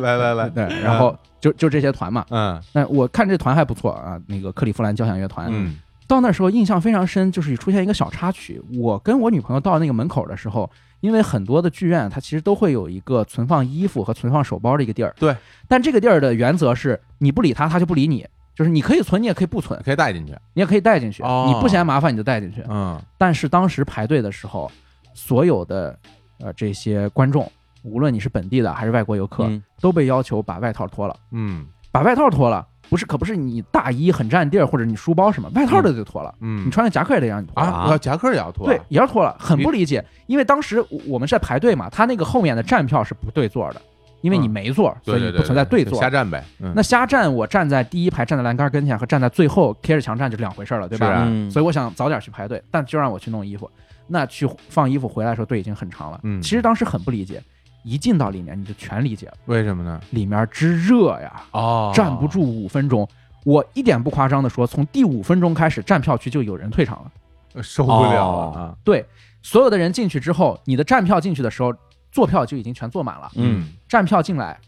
S1: 来来来，
S4: 对，然后就就这些团嘛。
S1: 嗯
S4: 那我看这团还不错啊，那个克利夫兰交响乐团。
S1: 嗯，
S4: 到那时候印象非常深，就是出现一个小插曲。我跟我女朋友到那个门口的时候，因为很多的剧院它其实都会有一个存放衣服和存放手包的一个地儿。
S1: 对，
S4: 但这个地儿的原则是你不理它，它就不理你。就是你可以存，你也可以不存，
S1: 可以带进去，
S4: 你也可以带进去。
S1: 哦
S4: 你不嫌麻烦你就带进去。
S1: 嗯
S4: 但是当时排队的时候，所有的呃这些观众，无论你是本地的还是外国游客，
S3: 嗯
S4: 都被要求把外套脱了。
S1: 嗯
S4: 把外套脱了，不是可不是你大衣很占地儿或者你书包什么，外套都得脱了。
S1: 嗯，
S4: 你穿个夹克也得让你脱
S1: 啊，要夹克也要脱啊，
S4: 对，也要脱了，很不理解，因为当时我我们是在排队嘛，他那个后面的站票是不对座的，因为你
S1: 嗯
S4: 没座，所
S1: 对
S4: 以
S1: 对
S4: 不存在
S1: 对
S4: 座。
S1: 就瞎站呗，嗯
S4: 那瞎站，我站在第一排，站在栏杆跟前和站在最后贴着墙站就是两回事了，对吧？
S1: 是啊
S3: 嗯
S4: 所以我想早点去排队，但就让我去弄衣服，那去放衣服回来的时候队已经很长了。
S1: 嗯
S4: 其实当时很不理解，一进到里面你就全理解了，
S1: 为什么呢？
S4: 里面之热呀，
S1: 哦
S4: 站不住，五分钟。我一点不夸张的说，从第五分钟开始，站票区就有人退场了。
S1: 受不了了啊，
S4: 对，所有的人进去之后，你的站票进去的时候，坐票就已经全坐满了。
S3: 嗯，
S4: 站票进来，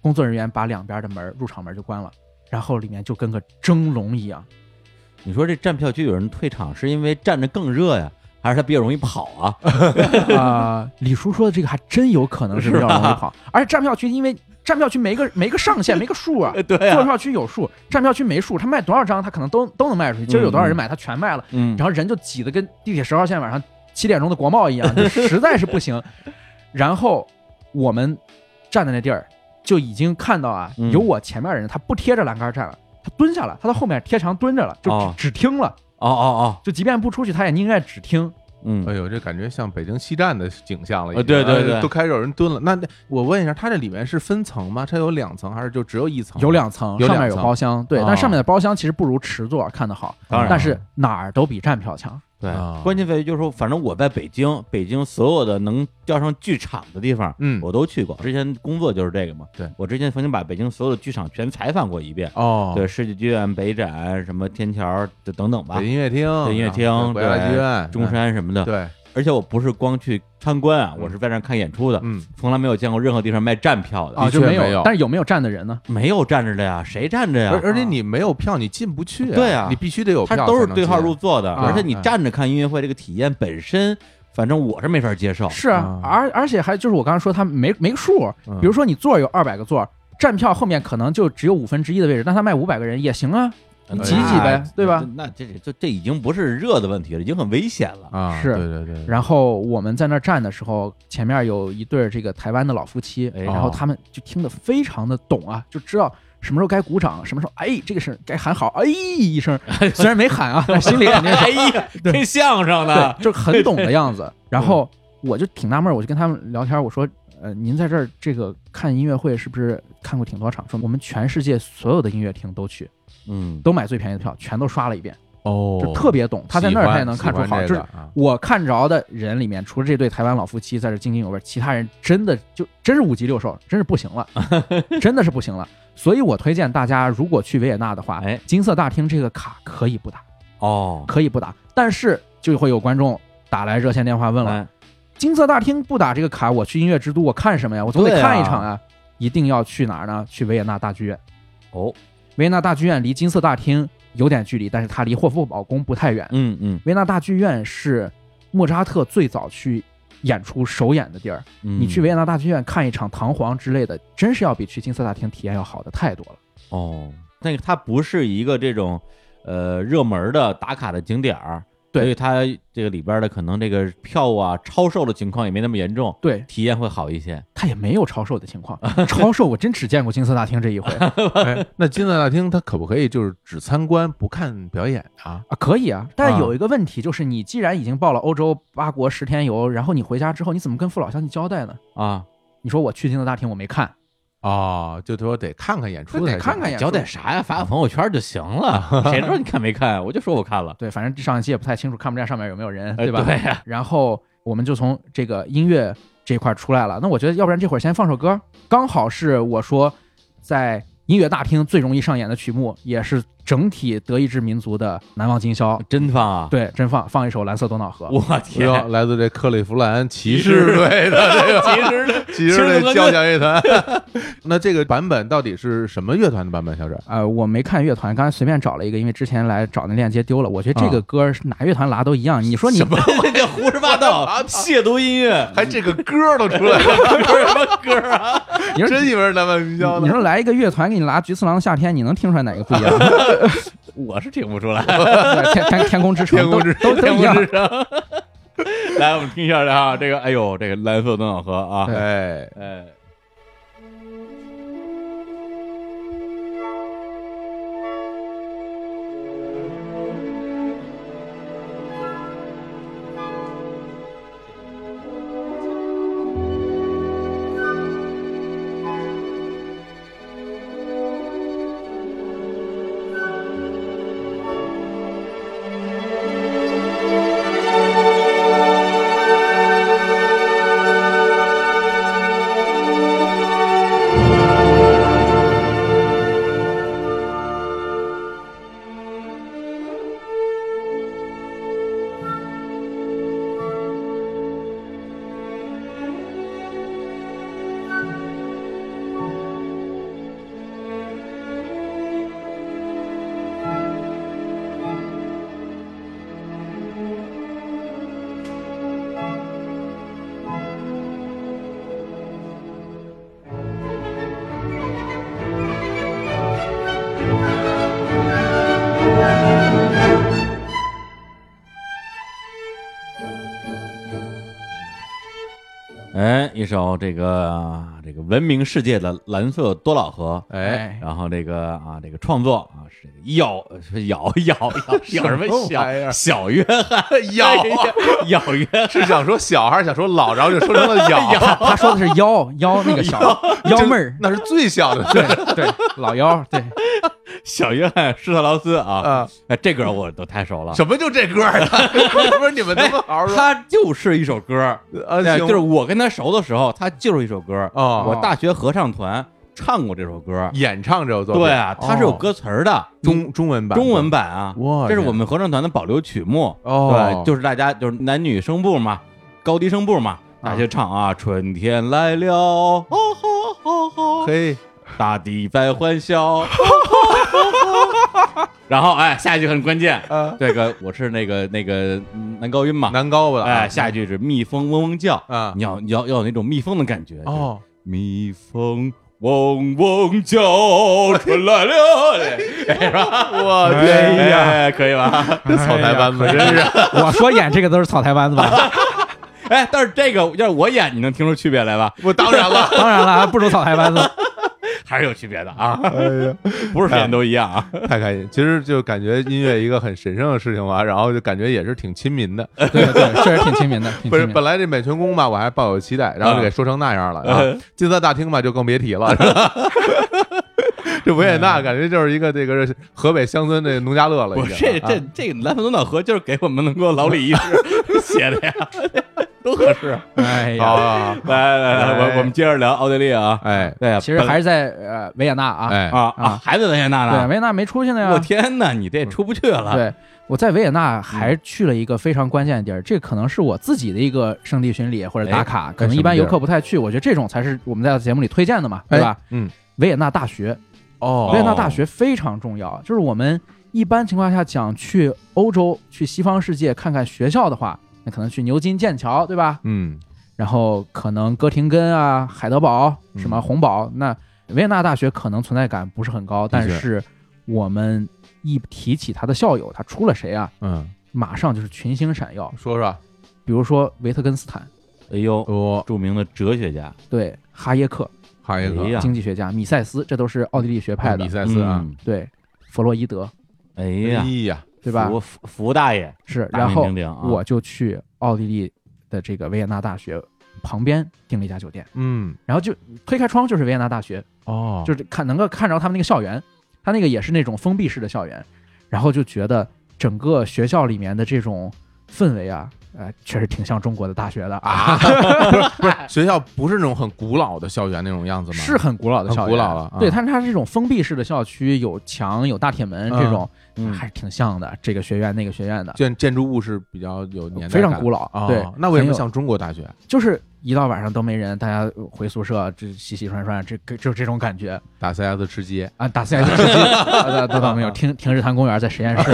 S4: 工作人员把两边的门入场门就关了，然后里面就跟个蒸笼一样。
S3: 你说这站票区有人退场，是因为站着更热呀，还是他比较容易跑啊？
S4: 啊、李叔说的这个还真有可能是比较容易跑，而且站票区因为站票区没个没个上限，没个数啊。
S3: 对
S4: 坐
S3: 呀，
S4: 票区有数，站票区没数，他卖多少张，他可能都都能卖出去。今儿有多少人买，他全卖了。
S3: 嗯
S4: 然后人就挤得跟地铁十号线晚上七点钟的国贸一样，就实在是不行。然后我们站在那地儿，就已经看到啊，
S3: 嗯
S4: 有我前面的人，他不贴着栏杆站了，他蹲下了，他到后面贴墙蹲着了，就只,、
S3: 哦
S4: 只听了，
S3: 哦哦
S4: 就即便不出去，他也宁愿只听。
S3: 哦，嗯
S1: 哎，呦，这感觉像北京西站的景象了已经，
S3: 呃对
S1: 哎
S3: 对对
S1: 都开始有人蹲了。那那我问一下，它这里面是分层吗？它有两层还是就只有一层？
S4: 有两层，
S1: 有
S4: 上
S1: 两
S4: 面有
S1: 层
S4: 包厢，对，
S1: 哦
S4: 但上面的包厢其实不如池座看得好，
S3: 当然
S4: 但是哪儿都比站票强。
S3: 对
S1: 啊，
S3: 关键在于就是说，反正我在北京，北京所有的能叫上剧场的地方，
S1: 嗯
S3: 我都去过。之前工作就是这个嘛，
S1: 对
S3: 我之前曾经把北京所有的剧场全采访过一遍，
S1: 哦，
S3: 对，世纪剧院、北展、什么天桥的等等吧
S1: 北，音乐厅、
S3: 北音乐厅
S1: 然后国家
S3: 对
S1: 剧院、嗯
S3: 中山什么的。
S1: 对，
S3: 而且我不是光去参观啊，
S1: 嗯
S3: 我是在那儿看演出的，
S1: 嗯，
S3: 从来没有见过任何地方卖站票的，
S4: 啊，
S1: 确
S4: 就没有，
S1: 没有
S4: 但是有没有站的人呢？
S3: 没有站着的呀，谁站着呀
S1: 而？而且你没有票，你进不去。
S3: 对啊
S1: 你必须得有
S3: 他
S1: 票，
S3: 都是对号入。座的，
S1: 啊
S3: 而且你站着看音乐会这个体验本身，反正我是没法接受。
S4: 是啊，
S1: 啊
S4: 而而且还就是我刚才说他没没数，啊
S1: 嗯
S4: 比如说你座儿有二百个座儿，站票后面可能就只有五分之一的位置，但他卖五百个人也行啊，你挤一挤呗，对吧？
S3: 嗯那这这这已经不是热的问题了，已经很危险了。
S1: 啊，
S4: 是
S1: 对对对对，
S4: 然后我们在那儿站的时候，前面有一对儿这个台湾的老夫妻，
S3: 哎
S4: 然后他们就听得非常的懂啊，就知道什么时候该鼓掌，什么时候哎这个声该喊好 哎一声，虽然没喊啊，但 心里肯定是哎嗯
S2: 哎呀，跟相声 呢，
S4: 对，就是很懂的样子。然后我就挺纳闷儿，我就跟他们聊天，我说，呃，您在这儿这个看音乐会是不是看过挺多场？说我们全世界所有的音乐厅都去，
S3: 嗯，
S4: 都买最便宜的票，全都刷了一遍，
S1: 哦
S4: 就特别懂。他在那儿他也能看出好，
S1: 这
S4: 就
S1: 个
S4: 是
S1: 啊
S4: 我看着的人里面，除了这对台湾老夫妻在这津津有味，其他人真的就真是五级六兽，真是不 行了，真的是不行了。所以我推荐大家，如果去维也纳的话，
S3: 哎，
S4: 金色大厅这个卡可以不打。
S3: 哦，
S4: 可以不打，但是就会有观众打来热线电话问了：
S3: 哎
S4: 金色大厅不打这个卡，我去音乐之都我看什么呀？我总
S3: 对
S4: 得
S3: 啊
S4: 看一场啊！一定要去哪儿呢？去维也纳大剧院。
S3: 哦，
S4: 维也纳大剧院离金色大厅有点距离，但是它离霍夫堡宫不太远。
S3: 嗯嗯
S4: 维也纳大剧院是莫扎特最早去演出首演的地儿。
S3: 嗯，
S4: 你去维也纳大剧院看一场唐璜之类的，真是要比去金色大厅体验要好的太多了。
S3: 哦，那个它不是一个这种呃热门的打卡的景点儿，
S4: 对
S3: 所以它这个里边的可能这个票啊超售的情况也没那么严重，
S4: 对，
S3: 体验会好一些。
S4: 它也没有超售的情况，超售我真只见过金色大厅这一回。啊
S1: 哎那金色大厅它可不可以就是只参观不看表演啊？
S4: 啊，可以啊，但
S1: 啊
S4: 是有一个问题，就是你既然已经报了欧洲八国十天游，然后你回家之后，你怎么跟父老乡亲交代呢？
S3: 啊，
S4: 你说我去金色大厅我没看，
S1: 哦，就说得看看演出
S4: 那
S1: 才
S4: 得
S1: 行
S4: 看看演
S3: 交代
S4: 出
S3: 啥呀？发个朋友圈就行 了，谁知道你看没看？我就说我看了，
S4: 对，反正上一期也不太清楚，看不见上面有没有人，
S3: 哎
S4: 对吧？
S3: 对呀、
S4: 然后我们就从这个音乐这块出来了。那我觉得，要不然这会儿先放首歌，刚好是我说在音乐大厅最容易上演的曲目，也是整体德意志民族的《难忘今宵》。
S3: 真放啊！
S4: 对，真放放一首《蓝色多瑙河》。
S3: 我
S1: 哎
S3: 天，
S1: 呦，来自这克利夫兰骑士队 的这个
S3: 其实
S1: 骑士队交响乐团。 那这个版本到底是什么乐团的版本？小沈
S4: 呃，我没看乐团，刚才随便找了一个，因为之前来找那链接丢了。我觉得这个歌是哪乐团拉都一 样。你说你
S1: 什么
S3: 这胡说八 道，亵渎音乐，
S1: 还这个歌都出来了，
S3: 什么歌啊？
S4: 你说
S1: 真以为是南半球
S4: 你
S1: 呢？
S4: 说来一个乐团给你拉《菊次郎的夏天》，你能听出来哪个不 一样？
S3: 我是听不出来。
S4: 对天天天空之城
S1: 天空之
S4: 都都都一样。
S3: 来，我们听一下这啊，这个，哎呦，这个蓝色多瑙河啊，
S4: 对
S1: 哎，
S3: 哎，哎，一首这个这个闻名世界的蓝色多瑙河，
S1: 哎，
S3: 然后这个啊，这个创作啊是这个咬是 咬咬咬咬什么
S1: 什么玩意
S3: 小
S1: 儿
S3: 小 约翰
S1: 咬
S3: 哎呀咬约翰，
S1: 啊是想说小还是想说老？然后就说成了咬，
S4: 他说的是腰腰那个小幺妹儿，
S1: 那是最小的
S4: 对对，老腰对。
S3: 小约翰施特劳斯啊，
S1: 啊！
S3: 哎，这歌我都太熟了，
S1: 什么就这歌呀？ 不是你们他妈好好 说
S3: 他就是一首歌，
S1: 啊？
S3: 哎
S1: 行
S3: 就是我跟他熟的时候，他就是一首歌，
S1: 哦
S3: 我大学合唱团唱过这首歌，
S1: 演唱这首作品，
S3: 对啊，它是有
S1: 哦
S3: 歌词儿的，
S1: 中中文版，
S3: 中文版啊，
S1: 哇
S3: 这是我们合唱团的保留曲目，
S1: 哦
S3: 对，，就是大家就是男女声部嘛，高低声部嘛，大家唱啊，春天来了，哦吼吼吼，
S1: 嘿，
S3: 大地在欢笑， 哦吼吼吼然后哎，下一句很关键，
S1: 啊，
S3: 这个我是那个那个嗯男高音嘛，
S1: 男高吧？
S3: 哎，下一句是蜜蜂嗡嗡叫，
S1: 啊，
S3: 你要你要要有那种蜜蜂的感觉，
S1: 哦，
S3: 蜜蜂嗡嗡叫，春来了，哎是吧？
S1: 我
S4: 哎呀
S3: 哎，可以吧？
S1: 这草台班子真 是
S4: 我说演这个都是草台班 子吧？
S3: 哎，但是这个要是我演，你能听出区别来吧？
S1: 我当然了，
S4: 当然了，不如草台班子。
S3: 还是有区别的啊，
S1: 哎呀，
S3: 不是每人都一样啊。
S1: 太开心！其实就感觉音乐一个很神圣的事情 吧，然后就感觉也是挺亲民的。
S4: 对对，确实挺亲 民的，挺
S1: 不
S4: 亲
S1: 是，
S4: 民的。
S1: 本来这美泉宫吧，我还抱有期待，然后就给说成那 样了。然后金色大厅吧，就更别提了。 是吧这维也纳感觉就是一个这个河北乡村这农家乐了，
S3: 我
S1: 已经。
S3: 这
S1: 啊
S3: 这这个兰普多瑙河就是给我们能够老李医 师写的呀，多合适啊。
S4: 哎
S1: 好
S4: 呀，
S1: 好好
S3: 来来来，
S1: 哎
S3: 我我们接着聊奥地利啊。
S1: 哎
S3: 对啊，
S4: 其实
S3: 本
S4: 还是在呃维也纳啊，
S1: 哎，
S3: 啊啊，还在维也纳嗯
S4: 对，
S3: 呢。
S4: 维也纳没出去呢呀。
S3: 我天哪，你这出不去了。
S4: 对，我在维也纳还去了一个非常关键的地
S1: 嗯
S4: 儿，这可能是我自己的一个圣地巡礼或者打
S1: 哎
S4: 卡，可能一般
S1: 啊
S4: 游客不太去。我觉得这种才是我们在节目里推荐的嘛，对吧？
S1: 嗯，
S4: 维也纳大学，
S1: 哦
S4: 维也纳大学非常重要，就是我们一般情况下讲去欧洲、去西方世界看看学校的话，那可能去牛津、剑桥，对吧？
S1: 嗯，
S4: 然后可能哥廷根啊、海德堡、什么
S1: 嗯
S4: 洪堡，那维也纳大学可能存在感不是很高，但
S1: 确
S4: 是我们一提起他的校友，他出了谁啊？
S1: 嗯，
S4: 马上就是群星闪耀。
S1: 说啊说，
S4: 比如说维特根斯坦，
S3: 哎呦，
S1: 哦，
S3: 著名的哲学家
S4: 对哈耶克
S1: 哈耶克
S3: 哎呀
S4: 经济学家，米塞斯，这都是奥地利学派的嗯
S1: 米。塞斯啊，，
S3: 嗯
S4: 对，弗洛伊德，
S3: 哎
S1: 哎
S3: 呀，
S1: 呀，
S4: 对吧？
S3: 福福福大爷，
S4: 是，
S3: 大
S4: 然
S3: 名
S4: 后
S3: 鼎鼎啊
S4: 我就去奥地利的这个维也纳大学旁边订了一家酒店，
S1: 嗯，
S4: 然后就推开窗就是维也纳大学，
S1: 哦，
S4: 就是看能够看着他们那个校园，他那个也是那种封闭式的校园，然后就觉得整个学校里面的这种氛围啊，呃，确实挺像中国的大学的啊，
S1: 啊，不是不是，学校不是那种很古老的校园那种样子吗？
S4: 是很古老的
S1: 很
S4: 校园，
S1: 古老了啊
S4: 对，但是它是这种封闭式的校区，有墙有大铁门
S1: 嗯
S4: 这种，
S3: 嗯
S4: 还是挺像的，这个学院那个学院的，
S1: 建建筑物是比较有年代感，
S4: 非常古老。
S1: 哦
S4: 对，
S1: 那为什
S4: 很
S1: 么
S4: 有
S1: 像中国大学？
S4: 就是一到晚上都没人，大家回宿舍这洗洗涮涮，这个就是这种感觉
S1: 打 CS 吃鸡，
S4: 啊！打 CS 吃鸡， 啊 倒倒没有，听听日坛公园在实验
S1: 哎
S4: 室，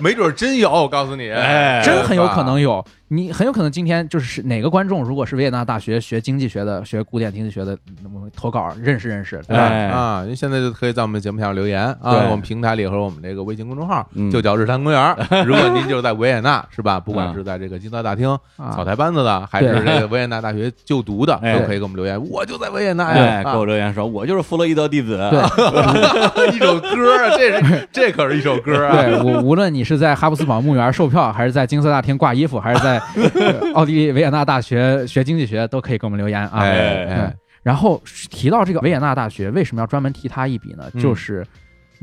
S1: 没准真有，我告诉你，
S3: 哎
S4: 真很有可能有。你很有可能今天就是哪个观众，如果是维也纳大学学经济学的、学古典经济学的，我们投稿认识认识，对吧？
S3: 哎
S1: 啊，因为现在就可以在我们节目下留言啊，
S3: 对
S1: 我们平台里和我们这个微信公众号
S3: 嗯
S1: 就叫日坛公园。如果您就是在维也纳是吧？不管是在这个金色大厅、
S4: 啊
S1: 草台班子的，还是
S4: 对
S1: 这个维也纳大学就读的，
S3: 哎
S1: 都可以给我们留言。我就在维也纳
S3: 哎，
S1: 呀，
S3: 给我留言说，我就是弗洛伊德弟子。
S4: 对
S1: 啊 一首歌啊，这是这可是一首歌啊。
S4: 对我，无 论你是在哈布斯堡墓园售票，还是在金色大厅挂衣服，还是在呃奥地利维也纳大学学经济学，都可以给我们留言啊。
S1: 哎
S4: 嗯
S1: 哎，
S4: 然后提到这个维也纳大学，为什么要专门提它一笔呢？
S1: 嗯
S4: 就是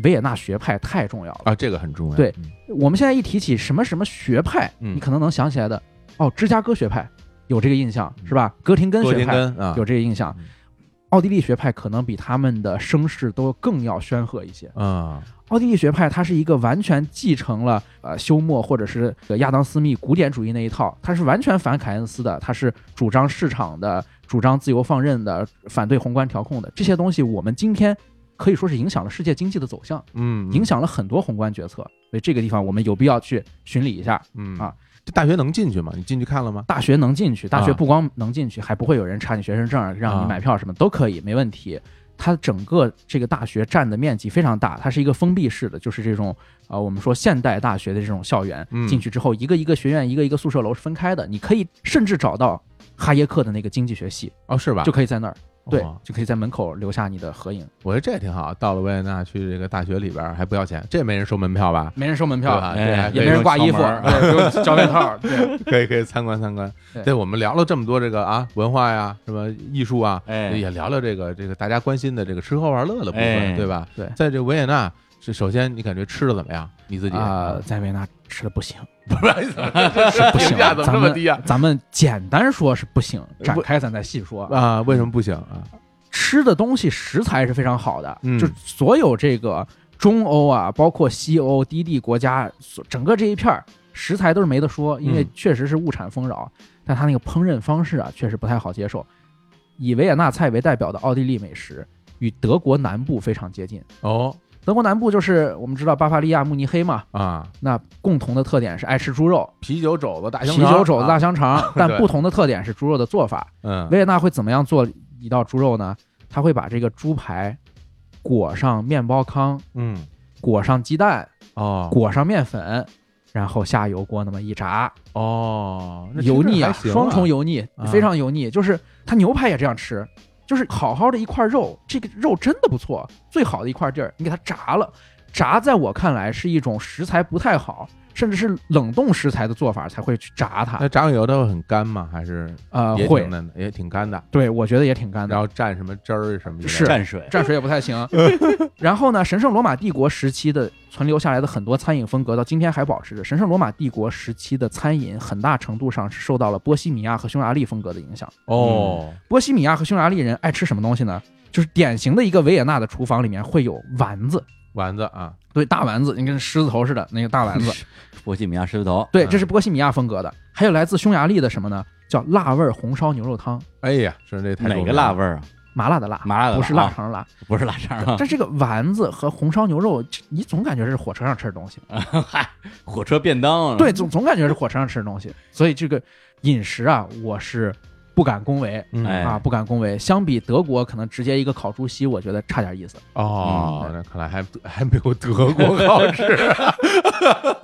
S4: 维也纳学派太重要了。
S1: 啊，这个很重要。
S4: 对我们现在一提起什么什么学派，
S1: 嗯
S4: 你可能能想起来的，哦，芝加哥学派有这个印象是吧？哥廷根
S1: 多
S4: 学
S1: 林
S4: 派
S1: 嗯根啊，
S4: 有这个印象
S1: 嗯。
S4: 奥地利学派可能比他们的声势都更要煊赫一些。
S1: 啊，
S4: 奥地利学派它是一个完全继承了呃休谟或者是亚当斯密古典主义那一套，它是完全反凯恩斯的，它是主张市场的，主张自由放任的，反对宏观调控的这些东西，我们今天可以说是影响了世界经济的走向，
S1: 嗯，
S4: 影响了很多宏观决策，所以这个地方我们有必要去巡礼一下。
S1: 嗯
S4: 啊，
S1: 这大学能进去吗？你进去看了吗？
S4: 大学能进去，大学
S1: 啊
S4: 不光能进去，还不会有人查你学生证，让
S1: 啊
S4: 你买票什么都可以，没问题。它整个这个大学占的面积非常大，它是一个封闭式的，就是这种呃，我们说现代大学的这种校园。
S1: 嗯
S4: 进去之后，一个一个学院，一个一个宿舍楼是分开的，你可以甚至找到哈耶克的那个经济学系，
S1: 哦，是吧？
S4: 就可以在那儿，对
S1: 哦，
S4: 就可以在门口留下你的合影，
S1: 我觉得这也挺好。到了维也纳去这个大学里边还不要钱，这没人收门票吧？
S4: 没人收门
S1: 对
S4: 票
S1: 吧，
S3: 哎
S1: 对还可
S4: 也
S1: 以
S4: 没人挂衣服，
S3: 不用敲门
S4: 对，不用交外套， 对，
S1: 可以可以参观参观。
S4: 对
S1: 对，我们聊了这么多这个啊文化呀，什么艺术啊，
S3: 哎
S1: 也聊聊这个这个大家关心的这个吃喝玩乐的部分，
S3: 哎
S1: 对吧？
S4: 对
S1: 在这维也纳，是首先你感觉吃的怎么样？你自己
S4: 啊，，在维也纳吃 的不行。
S1: 不是这
S4: 不
S1: 评
S4: 行啊
S1: 价怎么这么低啊？
S4: 咱们简单说是不行，
S1: 呃不
S4: 展开咱再细说。
S1: 啊，为什么不行啊？
S4: 吃的东西食材是非常好的，
S1: 嗯
S4: 就所有这个中欧啊，包括西欧低地国家，所整个这一片儿食材都是没得说，因为
S1: 嗯
S4: 确实是物产丰饶，但它那个烹饪方式啊，确实不太好接受。以维也纳菜为代表的奥地利美食与德国南部非常接近。
S1: 哦
S4: 德国南部就是我们知道巴伐利亚、慕尼黑嘛，
S1: 啊，
S4: 那共同的特点是爱吃猪肉、
S1: 啤酒肘子大香
S4: 啤
S1: 肠
S4: 酒肘子、
S1: 啊
S4: 大 香肠，但
S1: 对
S4: 不同的特点是猪肉的做法。
S1: 嗯
S4: 维也纳会怎么样做一道猪肉呢？他会把这个猪排裹上面包糠，
S1: 嗯
S4: 裹上鸡蛋，
S1: 哦
S4: 裹上面粉，然后下油锅那么一炸，
S1: 哦，那
S4: 油
S1: 听
S4: 腻啊，
S1: 着还行
S4: 双重油腻
S1: 啊，
S4: 非常油腻。就是他牛排也这样吃，就是好好的一块肉，这个肉真的不错，最好的一块地儿，你给它炸了，炸在我看来是一种食材不太好，甚至是冷冻食材的做法才会去炸它
S1: 那，炸完以后它会很干吗？还是
S4: 呃，
S1: 也
S4: 会
S1: 挺，嫩的，也挺干的，
S4: 对我觉得也挺干的
S1: 然。后蘸什么汁儿什么的。
S4: 是
S3: 蘸水，
S4: 蘸水也不太 行。然后呢，神圣罗马帝国时期的存留下来的很多餐饮风格，到今天还保持着。神圣罗马帝国时期的餐饮很大程度上是受到了波西米亚和匈牙利风格的影响。
S1: 哦，
S4: 波西米亚和匈牙利人爱吃什么东西呢？就是典型的一个维也纳的厨房里面会有丸子，
S1: 丸子啊，
S4: 对，大丸子，你跟狮子头似的那个大丸子，嗯
S3: 波西米亚狮子头，
S4: 对，这是波西米亚风格的。还有来自匈牙利的什么呢？叫辣味儿红烧牛肉汤，
S1: 哎呀，是这太
S3: 哪个辣味儿啊？
S4: 麻辣的辣，
S3: 麻辣的
S4: 不是
S3: 辣
S4: 腊
S3: 啊
S4: 肠辣。
S3: 不是腊肠啊，
S4: 但这个丸子和红烧牛肉，这你总感觉这是火车上吃的东西。
S3: 嗨，火车便当
S1: 嗯
S3: 啊，
S4: 对，总总感觉是火车上吃的东西，所以这个饮食啊，我是不敢恭维
S1: 嗯
S3: 哎
S4: 啊，不敢恭维。相比德国，可能直接一个烤猪膝，我觉得差点意思。
S1: 哦
S4: 嗯，
S1: 那看来还还没有德国好 吃。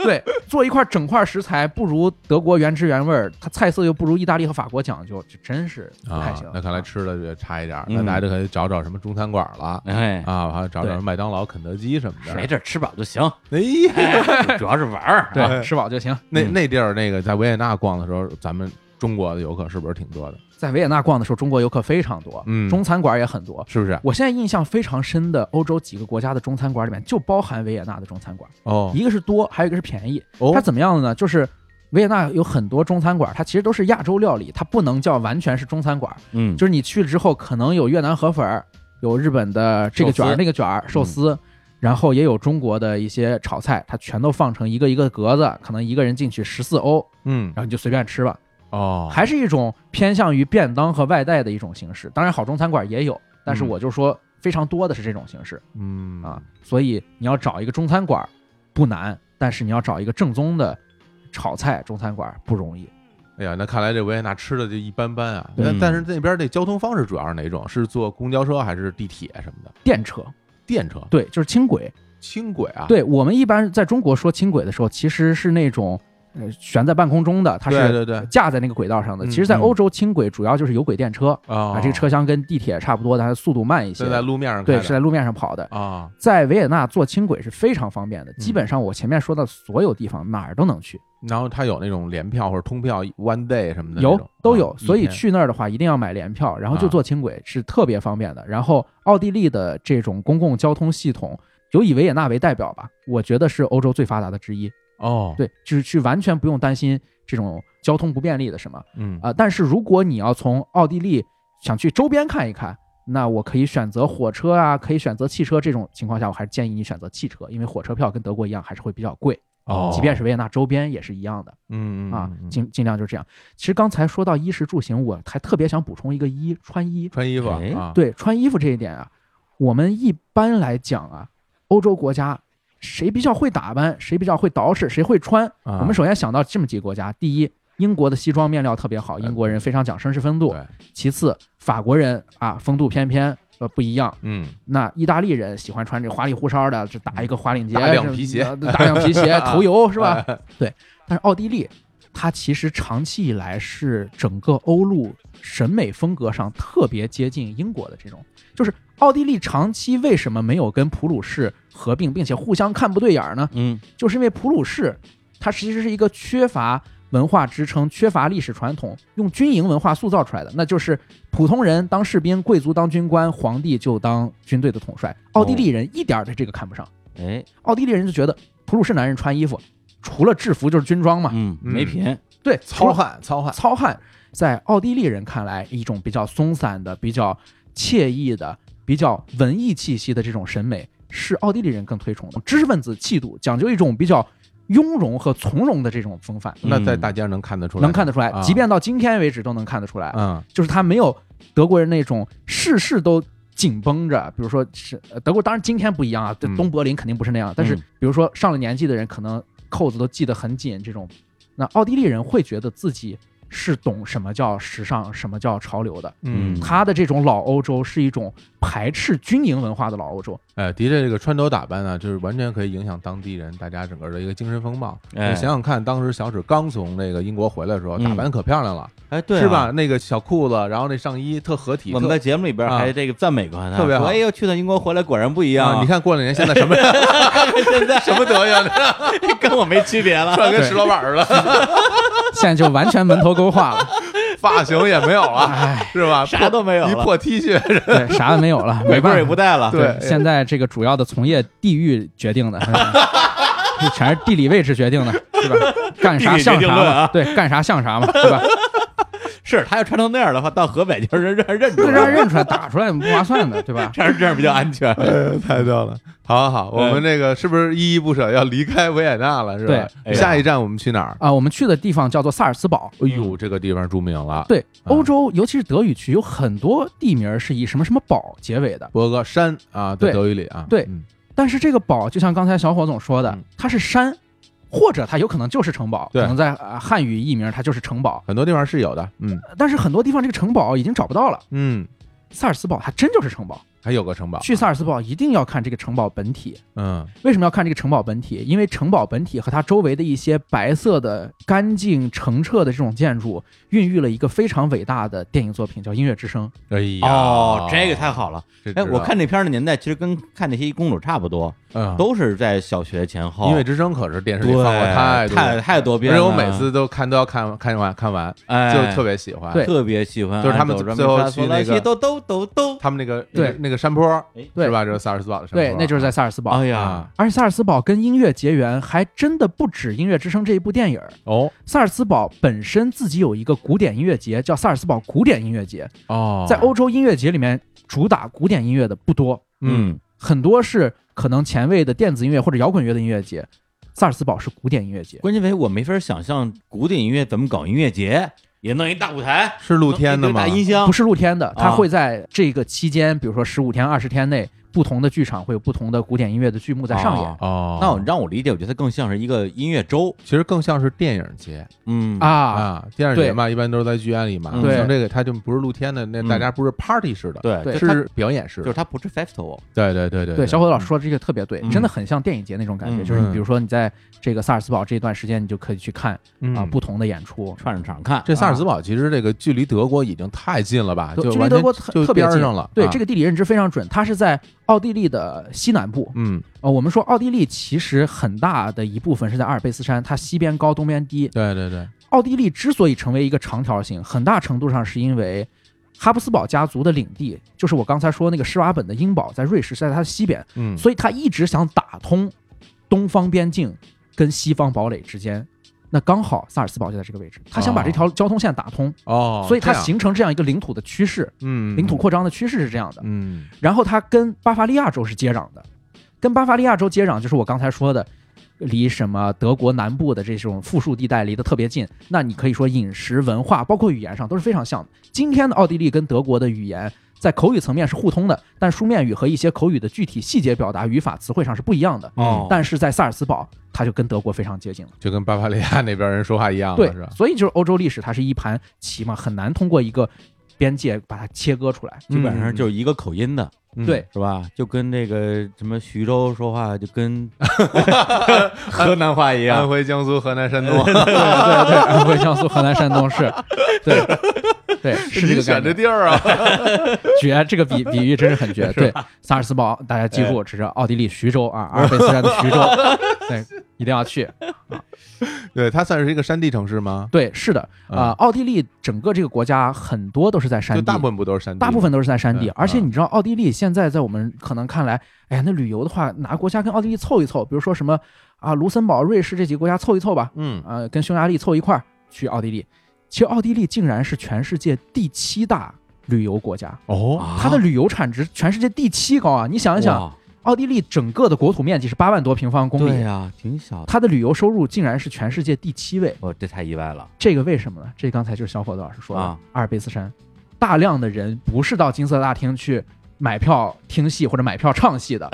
S4: 对，做一块整块食材，不如德国原汁原味儿，它菜色又不如意大利和法国讲究，这真是不太
S1: 啊
S4: 行。，
S1: 那看来
S4: 啊
S1: 吃的也差一点儿，
S3: 嗯
S1: 那大家就可以找找什么中餐馆了。
S3: 哎，
S1: 啊，还有找
S4: 对
S1: 找麦当劳、肯德基什么
S3: 没
S1: 的。
S3: 这嗯吃饱就行，
S1: 哎，
S3: 主要是玩儿。
S4: 对、
S3: 啊
S4: 吃饱就行。
S1: 那那地儿那个在维也纳逛的时候，咱们中国的游客是不是挺多的？
S4: 在维也纳逛的时候，中国游客非常多，
S1: 嗯
S4: 中餐馆也很多。
S1: 是不是？
S4: 我现在印象非常深的欧洲几个国家的中餐馆里面，就包含维也纳的中餐馆，
S1: 哦
S4: 一个是多，还有一个是便宜。它
S1: 哦，
S4: 怎么样的呢？就是维也纳有很多中餐馆，它其实都是亚洲料理，它不能叫完全是中餐馆。
S3: 嗯，
S4: 就是你去了之后，可能有越南河粉儿，有日本的这个卷
S3: 寿
S4: 儿
S3: 司
S4: 那个卷儿寿司，然后也有中国的一些炒菜，它全都放成一个一个格子，可能一个人进去十四欧，
S1: 嗯
S4: 然后你就随便吃吧。
S1: 哦，
S4: 还是一种偏向于便当和外带的一种形式。当然，好中餐馆也有，但是
S1: 嗯
S4: 我就说非常多的是这种形式。
S1: 嗯
S4: 啊，，所以你要找一个中餐馆儿不难，但是你要找一个正宗的炒菜中餐馆儿不容易。
S1: 哎呀，那看来这维也纳吃的就一般般啊。
S3: 嗯
S4: 对
S1: 那但是那边那交通方式主要是哪种？是坐公交车还是地铁什么的？
S4: 电车，
S1: 电车、
S4: 对，就是轻轨。
S1: 轻轨啊？
S4: 对我们一般在中国说轻轨的时候，其实是那种呃悬在半空中的，它
S1: 对
S4: 是
S1: 对对
S4: 架在那个轨道上
S1: 嗯
S4: 的。其实，在
S1: 嗯
S4: 欧洲轻轨主要就是有轨电车
S1: 啊
S4: 啊，这个车厢跟地铁差不多，但是速度慢一些
S1: 是。在路面上开
S4: 对，
S1: 的
S4: 是在路面上跑的。
S1: 啊，
S4: 在维也纳坐轻轨是非常方便的，
S1: 嗯
S4: 基本上我前面说到所有地方哪儿都能去。
S1: 然后它有那种联票或者通票 one day 什么的那种，
S4: 有都有
S1: 啊，
S4: 所
S1: 一
S4: 以
S1: 天
S4: 去那儿的话一定要买联票，然后就
S1: 啊
S4: 坐轻轨、是特别方便的。然后奥地利的这种公共交通系统，有以维也纳为代表吧，我觉得是欧洲最发达的之一。
S1: 哦，
S4: 对，就是去完全不用担心这种交通不便利的什么
S1: 嗯
S4: 啊、呃但是如果你要从奥地利想去周边看一看，那我可以选择火车啊，可以选择汽车。这种情况下，我还是建议你选择汽车，因为火车票跟德国一样还是会比较贵，
S1: 哦，
S4: 即便是维也纳周边也是一样的。
S1: 嗯嗯
S4: 啊
S1: 嗯，嗯
S4: 尽尽量就是这样。其实刚才说到衣食住行，我还特别想补充一个衣穿衣。
S1: 穿衣服啊
S3: 哎
S1: 啊，
S4: 对，穿衣服这一点啊，我们一般来讲啊，欧洲国家谁比较会打扮，谁比较会捯饬，谁会穿。
S1: 啊
S4: 我们首先想到这么几个国家：第一，英国的西装面料特别好，英国人非常讲绅士风度；
S1: 呃对
S4: 其次，法国人啊风度翩翩，呃不一样。
S1: 嗯
S4: 那意大利人喜欢穿这花里胡哨的，这打一个花领结，
S1: 大量
S4: 这
S1: 皮鞋啊
S4: 呃大量 皮鞋头油是吧？对。但是奥地利，它其实长期以来是整个欧陆审美风格上特别接近英国的这种，就是奥地利长期为什么没有跟普鲁士合并，并且互相看不对眼儿呢？
S3: 嗯，
S4: 就是因为普鲁士它其实是一个缺乏文化支撑、缺乏历史传统，用军营文化塑造出来的，那就是普通人当士兵，贵族当军官，皇帝就当军队的统帅。奥地利人一点儿的这个看不上，
S1: 嗯
S3: 哎，
S4: 奥地利人就觉得普鲁士男人穿衣服除了制服就是军装嘛，
S3: 嗯，没品，
S4: 对，除
S1: 糙
S4: 了
S1: 汉糙汉，
S4: 糙汉，在奥地利人看来，一种比较松散的、比较惬意的、比较文艺气息的这种审美，是奥地利人更推崇的。知识分子气度讲究一种比较雍容和从容的这种风范，
S1: 那在
S3: 嗯
S1: 大街上能看得出来，
S4: 嗯能看得出来
S1: 啊，
S4: 即便到今天为止都能看得出来，
S1: 嗯
S4: 就是他没有德国人那种事事都。紧绷着，比如说是呃德国，当然今天不一样啊，这
S1: 嗯
S4: 东柏林肯定不是那样，但是
S3: 嗯
S4: 比如说上了年纪的人，可能扣子都系得很紧，这种，那奥地利人会觉得自己是懂什么叫时尚，什么叫潮流的。
S1: 嗯，
S4: 他的这种老欧洲是一种排斥军营文化的老欧洲，
S1: 哎，的确，这个穿着打扮呢，就是完全可以影响当地人大家整个的一个精神风貌。
S3: 哎
S1: 你想想看，当时小史刚从那个英国回来的时候，
S3: 嗯
S1: 打扮可漂亮了，
S3: 哎，对、啊，
S1: 是？吧？那个小裤子，然后那上衣特合体，
S3: 我们
S1: 特
S3: 在节目里边
S1: 啊
S3: 还这个赞美过他，
S1: 特别好
S3: 说哎呦，去趟英国回来果然不一样、
S1: 啊！你看过两年现在什么 现在 什么 德行，
S3: 看跟我没区别了。
S1: 穿跟石老板似 的，
S4: 现在就完全门头沟化 了，
S1: 发型也没有了，
S4: 哎，
S1: 是吧？
S3: 啥都没有
S1: 一
S3: 了，
S1: 破 T 恤，
S4: 对，啥也没有了，没
S3: 没
S4: 办
S3: 棍
S4: 法
S3: 也不带了。
S1: 对
S4: 现在这个主要的从业地域 决定的，全是地理位置决定的，是吧？干啥像
S3: 地理决定
S4: 啥
S3: 论
S4: 嘛，
S3: 啊
S4: 对，干啥像啥嘛，对 吧？
S3: 是他要穿成那样的话，到河北就是让人认出
S4: 这让
S3: 来，
S4: 人认出来，打出来不划算的，对吧？
S3: 这样这样比较安全。
S1: 哎太逗了！好好好，我们这个是不是依依不舍要离开维也纳了？是吧？
S3: 嗯对哎
S1: 下一站我们去哪儿？
S4: 啊，我们去的地方叫做萨尔茨堡。
S1: 哎呦，这个地方著名了，
S4: 对，
S3: 啊
S4: 欧洲尤其是德语区有很多地名是以什么什么堡结尾的，
S1: 博格山啊，在
S4: 对
S1: 德语里啊，
S4: 对
S1: 嗯
S4: 但是这个堡就像刚才小伙总说
S3: 嗯
S4: 的，它是山，或者它有可能就是城堡，
S1: 对
S4: 可能在、呃汉语译名它就是城堡，
S1: 很多地方是有的，嗯
S3: 呃
S4: 但是很多地方这个城堡已经找不到了。
S1: 嗯，
S4: 萨尔茨堡还真就是城堡，
S1: 还有个城堡，
S4: 去萨尔茨堡一定要看这个城堡本体。
S1: 嗯
S4: 为什么要看这个城堡本体？因为城堡本体和它周围的一些白色的、干净澄澈的这种建筑，孕育了一个非常伟大的电影作品，叫《音乐之声》。
S1: 哎呀，
S3: 哦，这个太好了！
S1: 这知道
S3: 哎，我看这片儿的年代其实跟看那些公主差不多，
S1: 嗯，
S3: 都是在小学前后。
S1: 音乐之声可是电视里
S3: 对
S1: 放过太多
S3: 太
S1: 了，
S3: 太多
S1: 而
S3: 遍
S1: 且
S3: 了，
S1: 我每次都看都要看看完看完，
S3: 哎
S1: 就特别喜欢。
S4: 对
S3: 特别喜欢，
S1: 就是他们
S3: 按走
S1: 最后去那个
S3: 西都都都都，
S1: 他们那个
S4: 对
S1: 那个那个山坡
S3: 哎
S1: 是吧？就是萨尔斯堡的山坡，
S4: 对，那就是在萨尔茨堡。
S3: 哎呀，
S1: 啊
S4: 而且萨尔茨堡跟音乐结缘，还真的不止《音乐之声》这一部电影儿。
S1: 哦
S4: 萨尔茨堡本身自己有一个古典音乐节，叫萨尔茨堡古典音乐节。
S1: 哦，
S4: 在欧洲音乐节里面，主打古典音乐的不多，
S1: 嗯
S3: 嗯，
S4: 很多是可能前卫的电子音乐或者摇滚乐的音乐节。萨尔茨堡是古典音乐节，
S3: 关键为我没法想象古典音乐怎么搞音乐节，也弄一大舞台，
S1: 是露天的
S3: 弄一堆
S1: 吗
S3: 大？音箱
S4: 不是露天的，它
S3: 啊
S4: 会在这个期间，比如说十五天、二十天内，不同的剧场会有不同的古典音乐的剧目在上演
S3: 哦
S1: 哦，
S3: 那我让我理解，我觉得它更像是一个音乐周，
S1: 其实更像是电影节
S3: 嗯，
S4: 啊。
S1: 啊，电影节嘛，一般都是在剧院里嘛，
S3: 嗯
S4: 对
S1: 像这个它就不是露天的，那
S3: 嗯
S1: 大家不是 party 式的，
S3: 对，
S4: 对
S3: 就它
S1: 是表演式
S3: 就是
S1: 的，
S3: 它不是 festival，
S1: 对对对对
S4: 对，
S1: 对，
S4: 小伙子老师说这个特别对，
S3: 嗯
S4: 真的很像电影节那种感
S3: 嗯
S4: 觉，就是你比如说你在这个萨尔茨堡这一段时间，你就可以去看
S1: 嗯
S4: 啊不同的演出。
S3: 串着场看，
S1: 这萨尔茨堡其实这个距离德国已经太近了吧？
S4: 对
S1: 啊就
S4: 距离
S1: 完
S4: 德
S1: 全
S4: 国特
S1: 就
S4: 特别
S1: 边儿
S4: 近
S1: 上了。
S4: 对
S1: 啊
S4: 这个地理认知非常准，它是在奥地利的西南部。
S1: 嗯，
S4: 呃，我们说奥地利其实很大的一部分是在阿尔卑斯山，它西边高，东边低。
S1: 对对对，
S4: 奥地利之所以成为一个长条形，很大程度上是因为哈布斯堡家族的领地，就是我刚才说那个施瓦本的英堡，在瑞士是在它的西边，
S1: 嗯，
S4: 所以他一直想打通东方边境跟西方堡垒之间。那刚好萨尔茨堡就在这个位置，他想把
S1: 哦
S4: 这条交通线打通，
S1: 哦，
S4: 所以它
S1: 这样
S4: 形成这样一个领土的趋势，
S1: 嗯
S4: 领土扩张的趋势是这样的。
S1: 嗯
S4: 然后它跟巴伐利亚州是接壤的，跟巴伐利亚州接壤就是我刚才说的，离什么德国南部的这种富庶地带离得特别近。那你可以说饮食、文化，包括语言上都是非常像的。今天的奥地利跟德国的语言在口语层面是互通的，但书面语和一些口语的具体细节表达、语法、词汇上是不一样的。
S3: 哦
S4: 但是在萨尔茨堡，它就跟德国非常接近了。
S1: 就跟巴伐利亚那边人说话一样了，
S4: 对
S1: 啊是，吧？
S4: 所以就是欧洲历史，它是一盘棋嘛，很难通过一个边界把它切割出来。
S3: 基本上就是一个口音的，
S1: 嗯
S4: 对，
S3: 是吧？就跟那个什么徐州说话，就 跟
S1: 河
S3: 南话 一
S1: 安，徽、江苏、河南、山东，啊
S4: 对对对，安徽、江苏、河南、山东是，对 对 是这
S1: 你
S4: 个
S1: 选
S4: 感
S1: 的
S4: 觉，
S1: 地儿 啊，
S4: 绝这个比比喻真是很绝。对，萨尔茨堡大家记
S1: 哎
S4: 住，这是奥地利徐州 啊，阿尔卑斯山的徐州，对，一定要去。
S1: 对，它算是一个山地城市吗？
S4: 对，是的，
S1: 嗯
S4: 啊，奥地利整个这个国家很多都是在山
S1: 就
S4: 地，
S1: 大部分不都是山地吗，
S4: 大部分都是在山地，
S1: 嗯
S4: 而且你知道，奥地利现在在我们可能看来，哎呀，那旅游的话，哪个国家跟奥地利凑一凑，比如说什么啊，卢森堡、瑞士这几个国家凑一凑吧，
S1: 嗯，
S4: 呃，跟匈牙利凑一块儿去奥地利。其实奥地利竟然是全世界第七大旅游国家，
S1: 哦，
S3: 啊
S4: 它的旅游产值全世界第七高啊！你想一想，
S3: 哇，
S4: 奥地利整个的国土面积是八万多平方公
S3: 对
S4: 里，
S3: 呀，挺小的，
S4: 它的旅游收入竟然是全世界第七位。
S3: 哦，这太意外了，
S4: 这个为什么呢？这刚才就是小伙子老师说的，
S3: 啊
S4: 阿尔卑斯山，大量的人不是到金色 大厅去买票听戏或者买票唱戏的，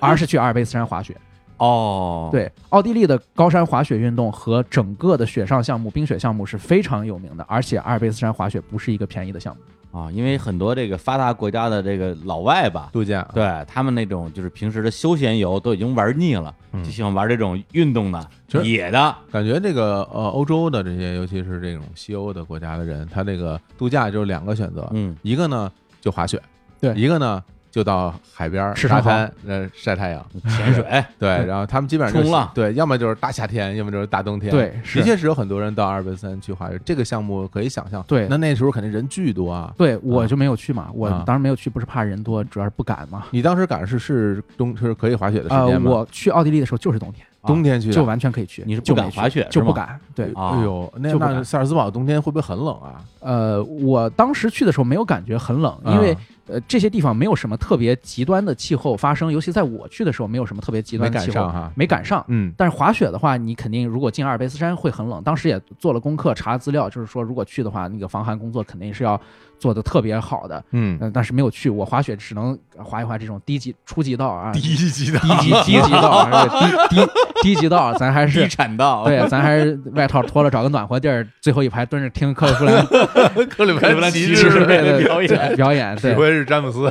S4: 而是去阿尔卑斯山滑雪。
S3: 哦，，
S4: 对，奥地利的高山滑雪运动和整个的雪上项目、冰雪项目是非常有名的，而且阿尔卑斯山滑雪不是一个便宜的项目。
S3: 啊，因为很多这个发达国家的这个老外吧，
S1: 度
S4: 啊
S1: 假，
S3: 对他们那种就是平时的休闲游都已经玩腻了，
S1: 嗯
S3: 就喜欢玩这种运动的、
S1: 其实
S3: 野的。
S4: 啊
S1: 感觉这个呃欧洲的这些，尤其是这种西欧的国家的人，他这个度假就是两个选择，
S3: 嗯，
S1: 一个呢就滑雪，
S4: 对
S1: 一个呢就到海边儿
S4: 吃
S1: 沙
S4: 烧烤
S1: 滩呃晒太阳，
S3: 潜 水，哎
S1: 对，然后他们基本上就
S3: 冲浪
S1: 对，要么就是大夏天，要么就是大冬天，
S4: 对
S1: 的
S4: 是
S1: 确是有很多人到阿尔卑斯山去滑雪，这个项目可以想象，
S4: 对
S1: 那那时候肯定人巨多啊。
S4: 对，我就没有去嘛，我
S1: 啊
S4: 当时没有去，不是怕人多，主要是不敢嘛。
S1: 你当时赶上是是冬是可以滑雪的时
S4: 呃，
S1: 间吗？
S4: 我去奥地利的时候就是冬天，啊
S1: 冬天去的
S4: 就完全可以去。
S3: 你是
S4: 就
S3: 不敢
S4: 没去
S3: 滑雪
S4: 就是不
S3: 吗
S4: 敢。对，
S3: 啊
S1: 哎呦，那
S4: 就不
S1: 那
S4: 敢
S1: 萨尔茨堡冬天会不会很冷啊？
S4: 呃，我当时去的时候没有感觉很冷，因为
S1: 嗯
S4: 呃这些地方没有什么特别极端的气候发生，尤其在我去的时候没有什么特别极
S1: 没
S4: 端的
S1: 赶
S4: 气
S1: 上
S4: 候，
S1: 哈，
S4: 没赶上。
S1: 嗯
S4: 但是滑雪的话，你肯定如果进阿尔卑斯山会很冷。当时也做了功课，查了资料，就是说如果去的话，那个防寒工作肯定是要做的特别好的。
S1: 嗯，
S4: 嗯，但是没有去，我滑雪只能滑一滑这种低级、初级道啊，低
S3: 一级的
S4: 级、低级道啊，低低低级道，咱还
S3: 地
S4: 是
S3: 产道，
S4: 对，咱还是外套脱了，找个暖和地儿，最后一排蹲着听克利夫兰
S1: 克里
S3: 克利夫兰
S1: 骑
S3: 骑
S1: 士
S3: 士
S1: 队
S3: 队的
S4: 对
S3: 表 演
S4: 表演，
S1: 指
S4: 对，
S1: 挥是詹姆斯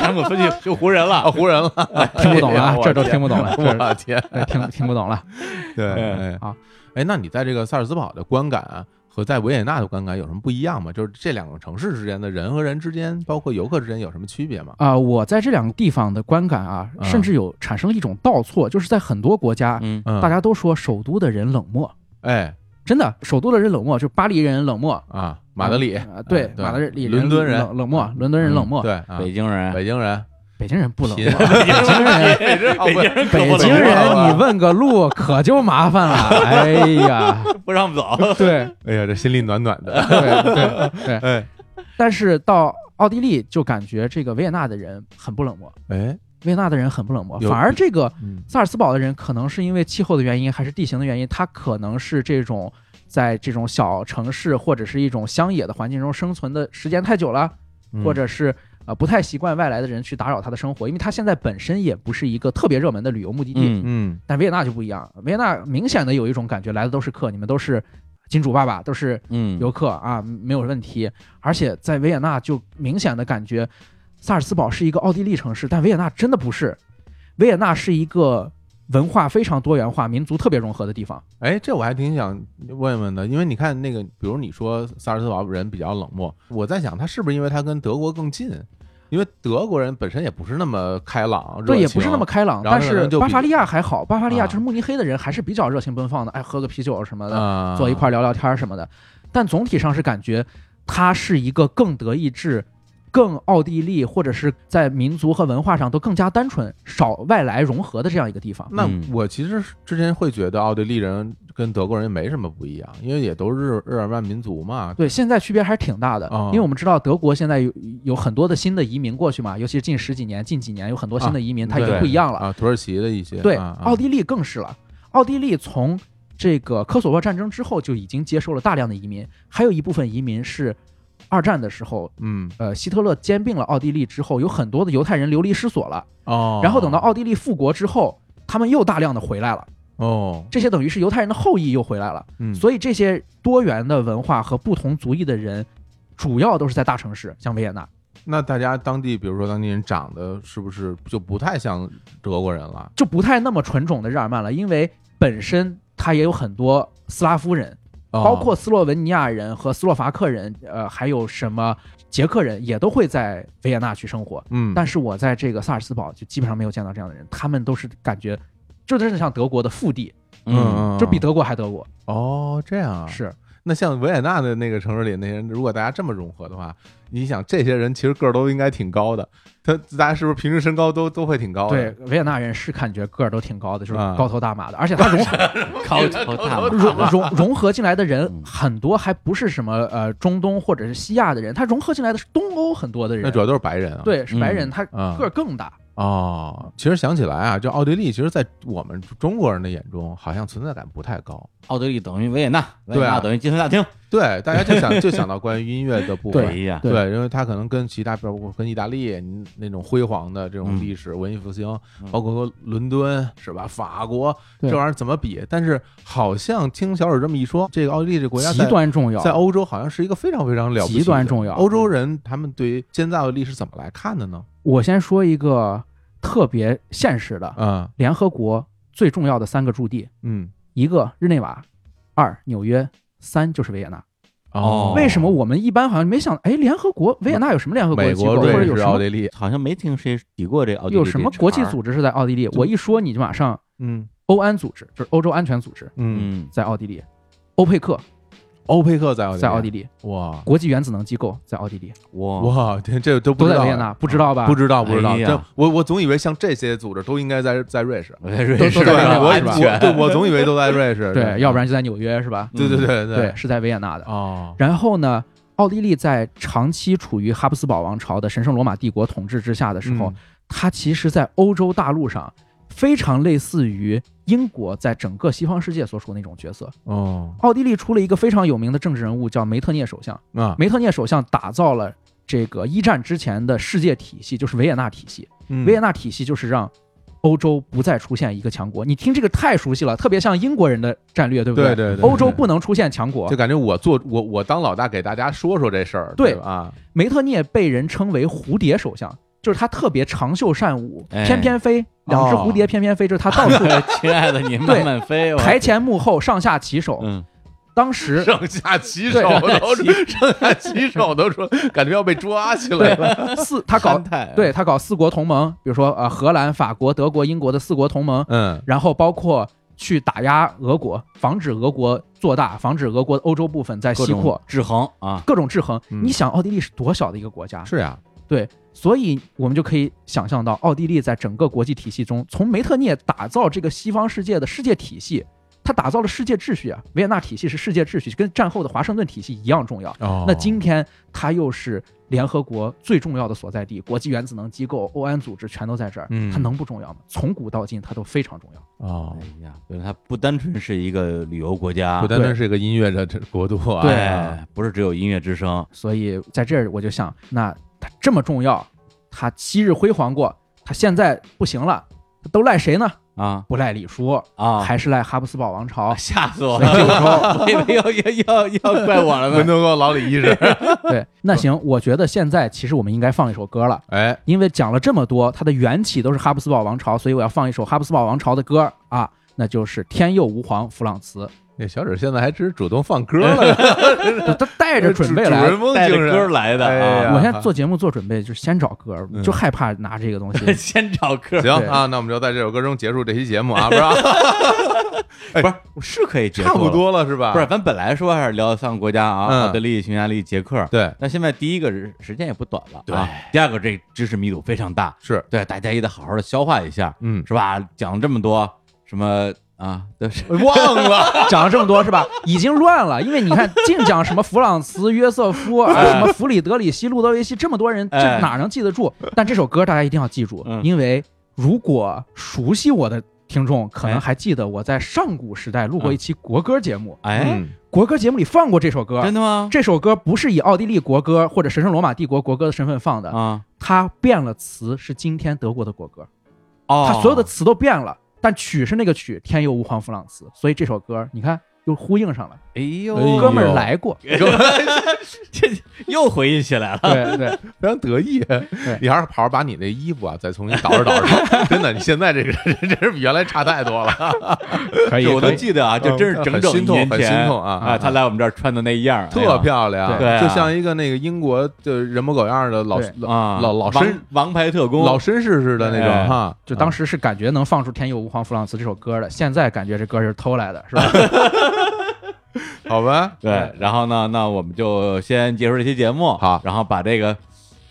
S3: 詹姆斯去就湖人
S1: 啊，
S4: 哦
S3: 了。
S1: 湖人了，
S4: 听不懂了
S3: 哎呀
S4: 啊，
S3: 我
S4: 这都听不懂了，这嗯啊
S1: 我天，
S4: 对听听不懂了。
S1: 对，
S3: 哎
S1: 哎
S4: 好，
S1: 哎，那你在这个萨尔茨堡的观感啊和在维也纳的观感有什么不一样吗？就是这两个城市之间的人和人之间，包括游客之间有什么区别吗？
S4: 啊、我在这两个地方的观感啊，
S1: 嗯
S4: 甚至有产生了一种倒错，就是在很多国家，
S3: 嗯，
S1: 嗯，
S4: 大家都说首都的人冷漠，
S1: 哎
S4: 真的，首都的人冷漠，就巴黎人冷漠，
S1: 啊，马德里，
S4: 呃对
S1: 嗯，
S4: 马德里人
S1: 伦敦人嗯
S4: 冷冷漠，伦敦人冷漠，
S1: 对，啊
S3: 北京人，
S1: 北京人，
S4: 北京人 不冷
S1: 贫
S4: 漠，北京人。
S3: 哎北
S1: 北京
S3: 京人可不
S4: 北
S3: 冷
S4: 京人，
S1: 漠
S4: 你问个路可就麻 烦了。哎呀，
S3: 不让走，
S4: 对
S1: 哎呀，这心里暖暖的，
S4: 对对对。
S1: 哎
S4: 但是到奥地利就感觉这个维也纳的人很不冷漠，
S1: 哎，
S4: 维也纳的人很不冷漠，
S1: 有
S4: 反而这个
S1: 嗯
S4: 萨尔茨堡的人可能是因为气候的原因，还是地形的原因，他可能是这种在这种小城市或者是一种乡野的环境中生存的时间太久了，
S1: 嗯
S4: 或者是呃不太习惯外来的人去打扰他的生活，因为他现在本身也不是一个特别热门的旅游目的地。
S3: 嗯，
S1: 嗯，
S4: 但维也纳就不一样，维也纳明显的有一种感觉，来的都是客，你们都是金主爸爸，都是
S3: 嗯，
S4: 游客啊，没有问题。而且在维也纳就明显的感觉，萨尔茨堡是一个奥地利城市，但维也纳真的不是。维也纳是一个文化非常多元化、民族特别融合的地方。
S1: 哎，这我还挺想问问的，因为你看那个，比如你说萨尔茨堡人比较冷漠，我在想他是不是因为他跟德国更近，因为德国人本身也不是那么开朗，热
S4: 对，也
S1: 情
S4: 不是那么开朗，
S1: 然后
S4: 但
S1: 那个
S4: 是
S1: 人就比
S4: 巴伐利亚还好，巴伐利
S1: 啊
S4: 亚就是慕尼黑的人还是比较热情奔放的，爱喝个啤酒什么的，
S1: 啊，
S4: 坐一块儿聊聊天儿什么的。但总体上是感觉它是一个更德意志、更奥地利，或者是在民族和文化上都更加单纯、少外来融合的这样一个地方。
S1: 那
S3: 嗯
S1: 我其实之前会觉得奥地利人跟德国人没什么不一样，因为也都是日日耳曼民族嘛。
S4: 对，现在区别还是挺大的，
S1: 啊
S4: 因为我们知道德国现在有有很多的新的移民过去嘛，尤其是近十几年、近几年有很多新的移民，它已经
S1: 啊对
S4: 不一样了。
S1: 啊，土耳其的一些
S4: 对，
S1: 啊啊
S4: 奥地利更是了。奥地利从这个科索沃战争之后就已经接收了大量的移民，还有一部分移民是二战的时候，
S1: 嗯
S4: 呃，希特勒兼并了奥地利之后，有很多的犹太人流离失所了。
S1: 哦，
S4: 然后等到奥地利复国之后，他们又大量的回来了，
S1: 哦
S4: 这些等于是犹太人的后裔又回来了。
S1: 嗯，
S4: 所以这些多元的文化和不同族裔的人，主要都是在大城市，像维也纳。
S1: 那大家当地比如说当地人长得是不是就不太像德国人了？
S4: 就不太那么纯种的日耳曼了，因为本身它也有很多斯拉夫人，
S1: 哦
S4: 包括斯洛文尼亚人和斯洛伐克人，呃，还有什么捷克人也都会在维也纳去生活。
S1: 嗯，
S4: 但是我在这个萨尔茨堡就基本上没有见到这样的人，他们都是感觉。就真的像德国的腹地，
S1: 嗯嗯
S4: 就比德国还德国，
S1: 哦这样啊
S4: 是
S1: 那像维也纳的那个城市里那些人，如果大家这么融合的话，你想这些人其实个儿都应该挺高的，他大家是不是平均身高都都会挺高
S4: 对
S1: 的？
S4: 维也纳人是感觉个儿都挺高的，就
S1: 哦
S4: 是
S1: 啊
S4: 高头大马的，而且他融合
S3: 高头大马
S4: 融融融合进来的人
S3: 嗯
S4: 很多，还不是什么呃中东或者是西亚的人，他融合进来的是东欧很多的人，
S1: 那主要都是白人啊。
S4: 对，是白人，
S3: 嗯
S4: 他
S1: 啊
S4: 个儿更大。
S1: 哦，其实想起来啊，就奥地利，其实，在我们中国人的眼中，好像存在感不太高。
S3: 奥地利等于维也纳，维
S1: 对
S3: 也
S1: 啊
S3: 纳等于金色大厅，
S1: 对，大家就想就想到关于音乐的部分
S3: 哎。呀，
S4: 对
S1: 对，因为它可能跟其他，包括跟意大利嗯那种辉煌的这
S4: 嗯
S1: 种历史、文艺复兴，包括和伦敦是吧？法国
S4: 对
S1: 这玩意儿怎么比？但是好像听小史这么一说，这个奥地利这国家
S4: 极
S1: 在
S4: 端重要，
S1: 在欧洲好像是一个非常非常了不起的
S4: 极端重要
S1: 欧洲人他们对于建造的历史怎么来看的呢？
S4: 我先说一个特别现实的，
S1: 啊，
S4: 联合国最重要的三个驻地，
S1: 嗯，
S4: 一个日内瓦，二纽约，三就是维也纳。
S3: 哦
S4: 为什么我们一般好像没想，哎，联合国维也纳有什么联合国
S1: 美
S4: 机构，
S1: 国、
S4: 或者
S1: 瑞
S4: 有
S1: 士、
S4: 什
S1: 奥
S4: 么
S1: 地利，
S3: 好像没听谁提过这奥地利啊
S4: 有什
S3: 这
S4: 么
S3: 茬儿
S4: 国际？组织是在奥地利？我一说你就马上
S1: 嗯
S4: 欧安组织，就是欧洲安全组织
S1: 嗯，
S3: 嗯，
S4: 在奥地利，欧佩克
S1: 欧佩克在奥地利，
S4: 在奥地利，
S1: 哇
S4: 国际原子能机构在奥地利，
S3: 哇，
S1: 哇，这这都不
S4: 都
S1: 知
S4: 在
S1: 道
S4: 维也
S1: 哎
S4: 纳，不知道吧？
S1: 不知道，不知道。
S3: 哎呀
S1: 这我我总以为像这些组织都应该在在瑞士，
S3: 我在瑞
S4: 都
S3: 士
S4: 都
S3: 哎吧
S4: 在那边
S1: 我
S3: 安
S1: 我
S3: 全
S1: 对我总以为都在瑞士。
S4: 对，要不然就在纽约是吧？
S1: 对对对
S4: 对，是在维也纳的。
S1: 哦，
S4: 然后呢，奥地利在长期处于哈布斯堡王朝的神圣罗马帝国统治之下的时候，
S1: 嗯
S4: 它其实，在欧洲大陆上非常类似于英国在整个西方世界所处的那种角色。
S1: 哦
S4: 奥地利出了一个非常有名的政治人物，叫梅特涅首相。
S1: 啊
S4: 梅特涅首相打造了这个一战之前的世界体系，就是维也纳体系。
S1: 嗯
S4: 维也纳体系就是让。欧洲不再出现一个强国，你听这个太熟悉了，特别像英国人的战略，对不
S1: 对对对
S4: 欧洲
S1: 对
S4: 不能出现强国
S1: 就，感觉我做我我当老大给大家说说这事儿，
S4: 对
S1: 吧啊，
S4: 梅特涅被人称为蝴蝶首相，就是他特别长袖善舞，
S3: 哎
S4: 翩翩飞，两只蝴蝶翩翩飞，就是他到 处
S3: 亲爱的，你慢慢飞，我
S4: 台前幕后上下其手。
S3: 嗯，
S4: 当时
S1: 上下其手
S4: 对
S1: 都上下其手都说感觉要被抓起来了，
S4: 四他搞
S3: 憨态
S4: 对他搞四国同盟，比如说呃荷兰、法国、德国、英国的四国同盟，
S1: 嗯
S4: 然后包括去打压俄国，防止俄国做大，防止俄国欧洲部分在
S3: 各
S4: 西
S3: 种
S4: 扩，
S3: 制衡啊，
S4: 各种制衡。
S1: 嗯
S4: 你想，奥地利是多小的一个国家？
S1: 是呀，
S4: 对，所以我们就可以想象到，奥地利在整个国际体系中，从梅特涅打造这个西方世界的世界体系，他打造了世界秩序啊。维也纳体系是世界秩序，跟战后的华盛顿体系一样重要。
S1: 哦
S4: 那今天它又是联合国最重要的所在地，国际原子能机构、欧安组织全都在这儿，
S1: 嗯
S4: 它能不重要吗？从古到今，它都非常重要。
S1: 哦
S3: 哎。呀，原来它不单纯是一个旅游国家，
S1: 不单单是一个音乐的这国度啊，
S4: 啊对
S3: 哎，不是只有音乐之声，
S4: 所以在这儿我就想，那它这么重要，它昔日辉煌过，它现在不行了，它都赖谁呢？
S3: 啊
S4: 不赖李叔，
S3: 啊！。
S4: 还是赖哈布斯堡王朝
S1: 啊
S3: 吓死我了！我以为 要要要
S4: 哦
S3: 要怪我了
S1: 文
S3: 呢。
S1: 德沟老李医生，
S4: 对，那行，我觉得现在其实我们应该放一首歌了，
S1: 哎，
S4: 因为讲了这么多，它的缘起都是哈布斯堡王朝，所以我要放一首哈布斯堡王朝的歌啊，那就是《天佑吾皇弗朗茨
S1: 那小史现在还真主动放歌了，》，
S4: 就他带着准备
S1: 呃主
S4: 来
S1: 人。翁
S3: 带着
S1: 精神
S3: 歌来的
S1: 哎
S3: 啊，
S1: 呀
S4: 我现在做节目做准备，就是先找歌，
S1: 嗯
S4: 就害怕拿这 个东西。
S3: 啊 先找歌，
S1: 行
S4: 对
S1: 啊，那我们就在这首歌中结束这期节目啊，不是啊
S3: 不是是可 以结束
S1: 差
S3: 了
S1: 不，多了是吧？
S3: 不是，咱本来说还是聊三个国家啊，
S1: 嗯
S3: 奥地利、匈牙利、捷克，
S1: 对，
S3: 那现在第一个是时间也不短了，啊，第二个这知识密度非常大，
S1: 是，
S3: 对，大家也得好好的消化一下，
S1: 嗯，
S3: 是吧？讲了这么多，什么啊，都是
S1: 忘了，
S4: 讲了这么多是吧？已经乱了，因为你看，净讲什么弗朗茨、约瑟 夫，啊什么弗里德里希、路德维希，这么多人，这
S3: 哎
S4: 哪能记得住？但这首歌大家一定要记住
S3: 嗯，
S4: 因为如果熟悉我的听众，可
S3: 哎
S4: 能还记得我在上古时代录过一期国歌节目，
S3: 哎，
S1: 嗯
S4: 国歌节目里放过这首歌
S3: 真。的吗？
S4: 这首歌不是以奥地利国歌或者神圣罗马帝国国歌的身份放的，
S3: 啊，
S4: 它变了词，是今天德国的国歌。
S3: 哦，
S4: 他所有的词都变了，但曲是那个曲《天佑吾皇弗朗茨》，所以这首歌你看又呼应上了，
S3: 哎呦，
S1: 哎呦
S4: 哥们儿来过，
S3: 又回忆起来了，
S4: 对对，
S1: 非常得意。你还是好好把你那衣服啊，再重新捯饬捯饬。 真的，你现在这个人真是比原来差太多了，
S4: 可
S3: 这我都记得啊，这啊真是整
S1: 嗯
S3: 整
S1: 很
S3: 一
S1: 心痛
S3: 年
S1: 很
S3: 前
S1: 心痛啊
S3: 啊，他来我们这儿穿的那样儿，哎
S1: 特漂亮，
S3: 对啊
S1: 就像一个那个英国的人模狗样的老
S4: 对
S1: 老
S3: 啊，
S1: 老老
S3: 王
S1: 绅
S3: 王牌特工，
S1: 老绅士似的那
S3: 哎
S1: 种哈。啊
S4: 就当
S1: 时
S4: 时是感觉能放出《天佑吾皇弗朗茨》这首歌的，现在感觉这歌就是偷来的， 是吧？
S1: 好吧，
S3: 对，然后呢，那我们就先结束这期节目，
S1: 嗯好
S3: 然后把这个，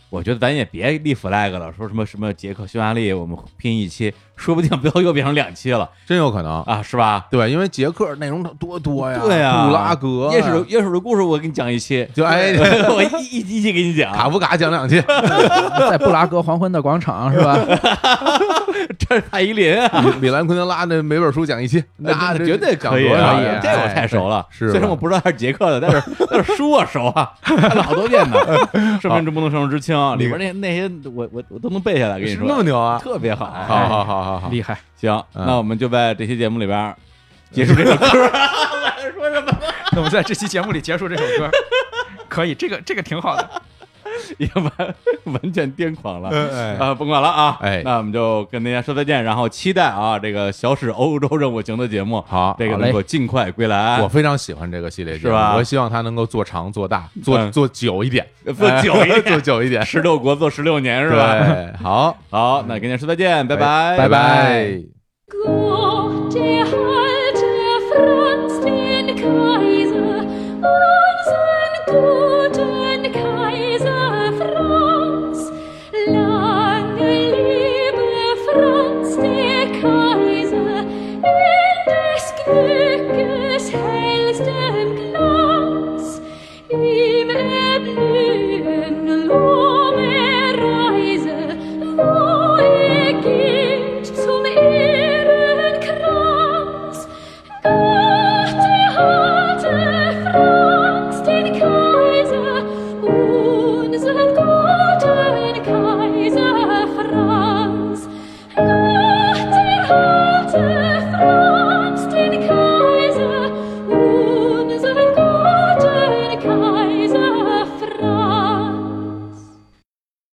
S3: 我觉得咱也别立 flag 了，说什么什么捷克、匈牙利，我们拼一期，说不定不要又变成两期了
S1: 真有可能。
S3: 啊，是吧？
S1: 对，因为捷克内容多多呀，
S3: 对呀
S1: 布拉格啊
S3: 夜鼠夜鼠的故事，我给你讲一期，
S1: 就哎
S3: 我一一一期给你讲
S1: 卡夫卡讲两句，
S4: 在布拉格黄昏的广场，是吧？
S3: 这是蔡依林啊，
S1: 米米兰昆德拉那每本书讲一期，那
S3: 这
S1: 这
S3: 呃绝对
S1: 讲
S3: 可以
S1: 多少
S3: 啊
S1: 页
S3: 这我太熟了。
S1: 是吧
S3: 虽然我不知道他是捷克的，但是 但是书我熟啊，看了好多遍 呢。生命之不能，生命之轻里边那那些我我我都能背下来，跟你
S1: 是
S3: 说
S1: 那么牛啊！
S3: 特别好。
S1: 好好好好好，
S4: 厉害，
S3: 行，
S1: 嗯
S3: 那我们就在这期节目里边儿结束这首 歌。说什么？
S4: 那我们在这期节目里结束这首歌，可以，这个这个挺好的，
S3: 已经完完全癫狂了。
S1: 哎
S3: 啊，甭管了啊，
S1: 哎
S3: 那我们就跟大家说再见，然后期待啊，这个小史欧洲任务行的节目，
S1: 好
S3: 这个
S4: 好嘞
S3: 能够尽快归来，啊
S1: 我非常喜欢这个系列节
S3: 呃是
S1: 目，
S3: 吧
S1: 我希望它能够做长、做大、做
S3: 嗯
S1: 做久一点，
S3: 做久一 点
S1: 做久一点，
S3: 十六国做十六年是吧？
S1: 对，好，
S3: 好，那跟大家说再见，拜拜，
S1: 拜拜。
S6: 歌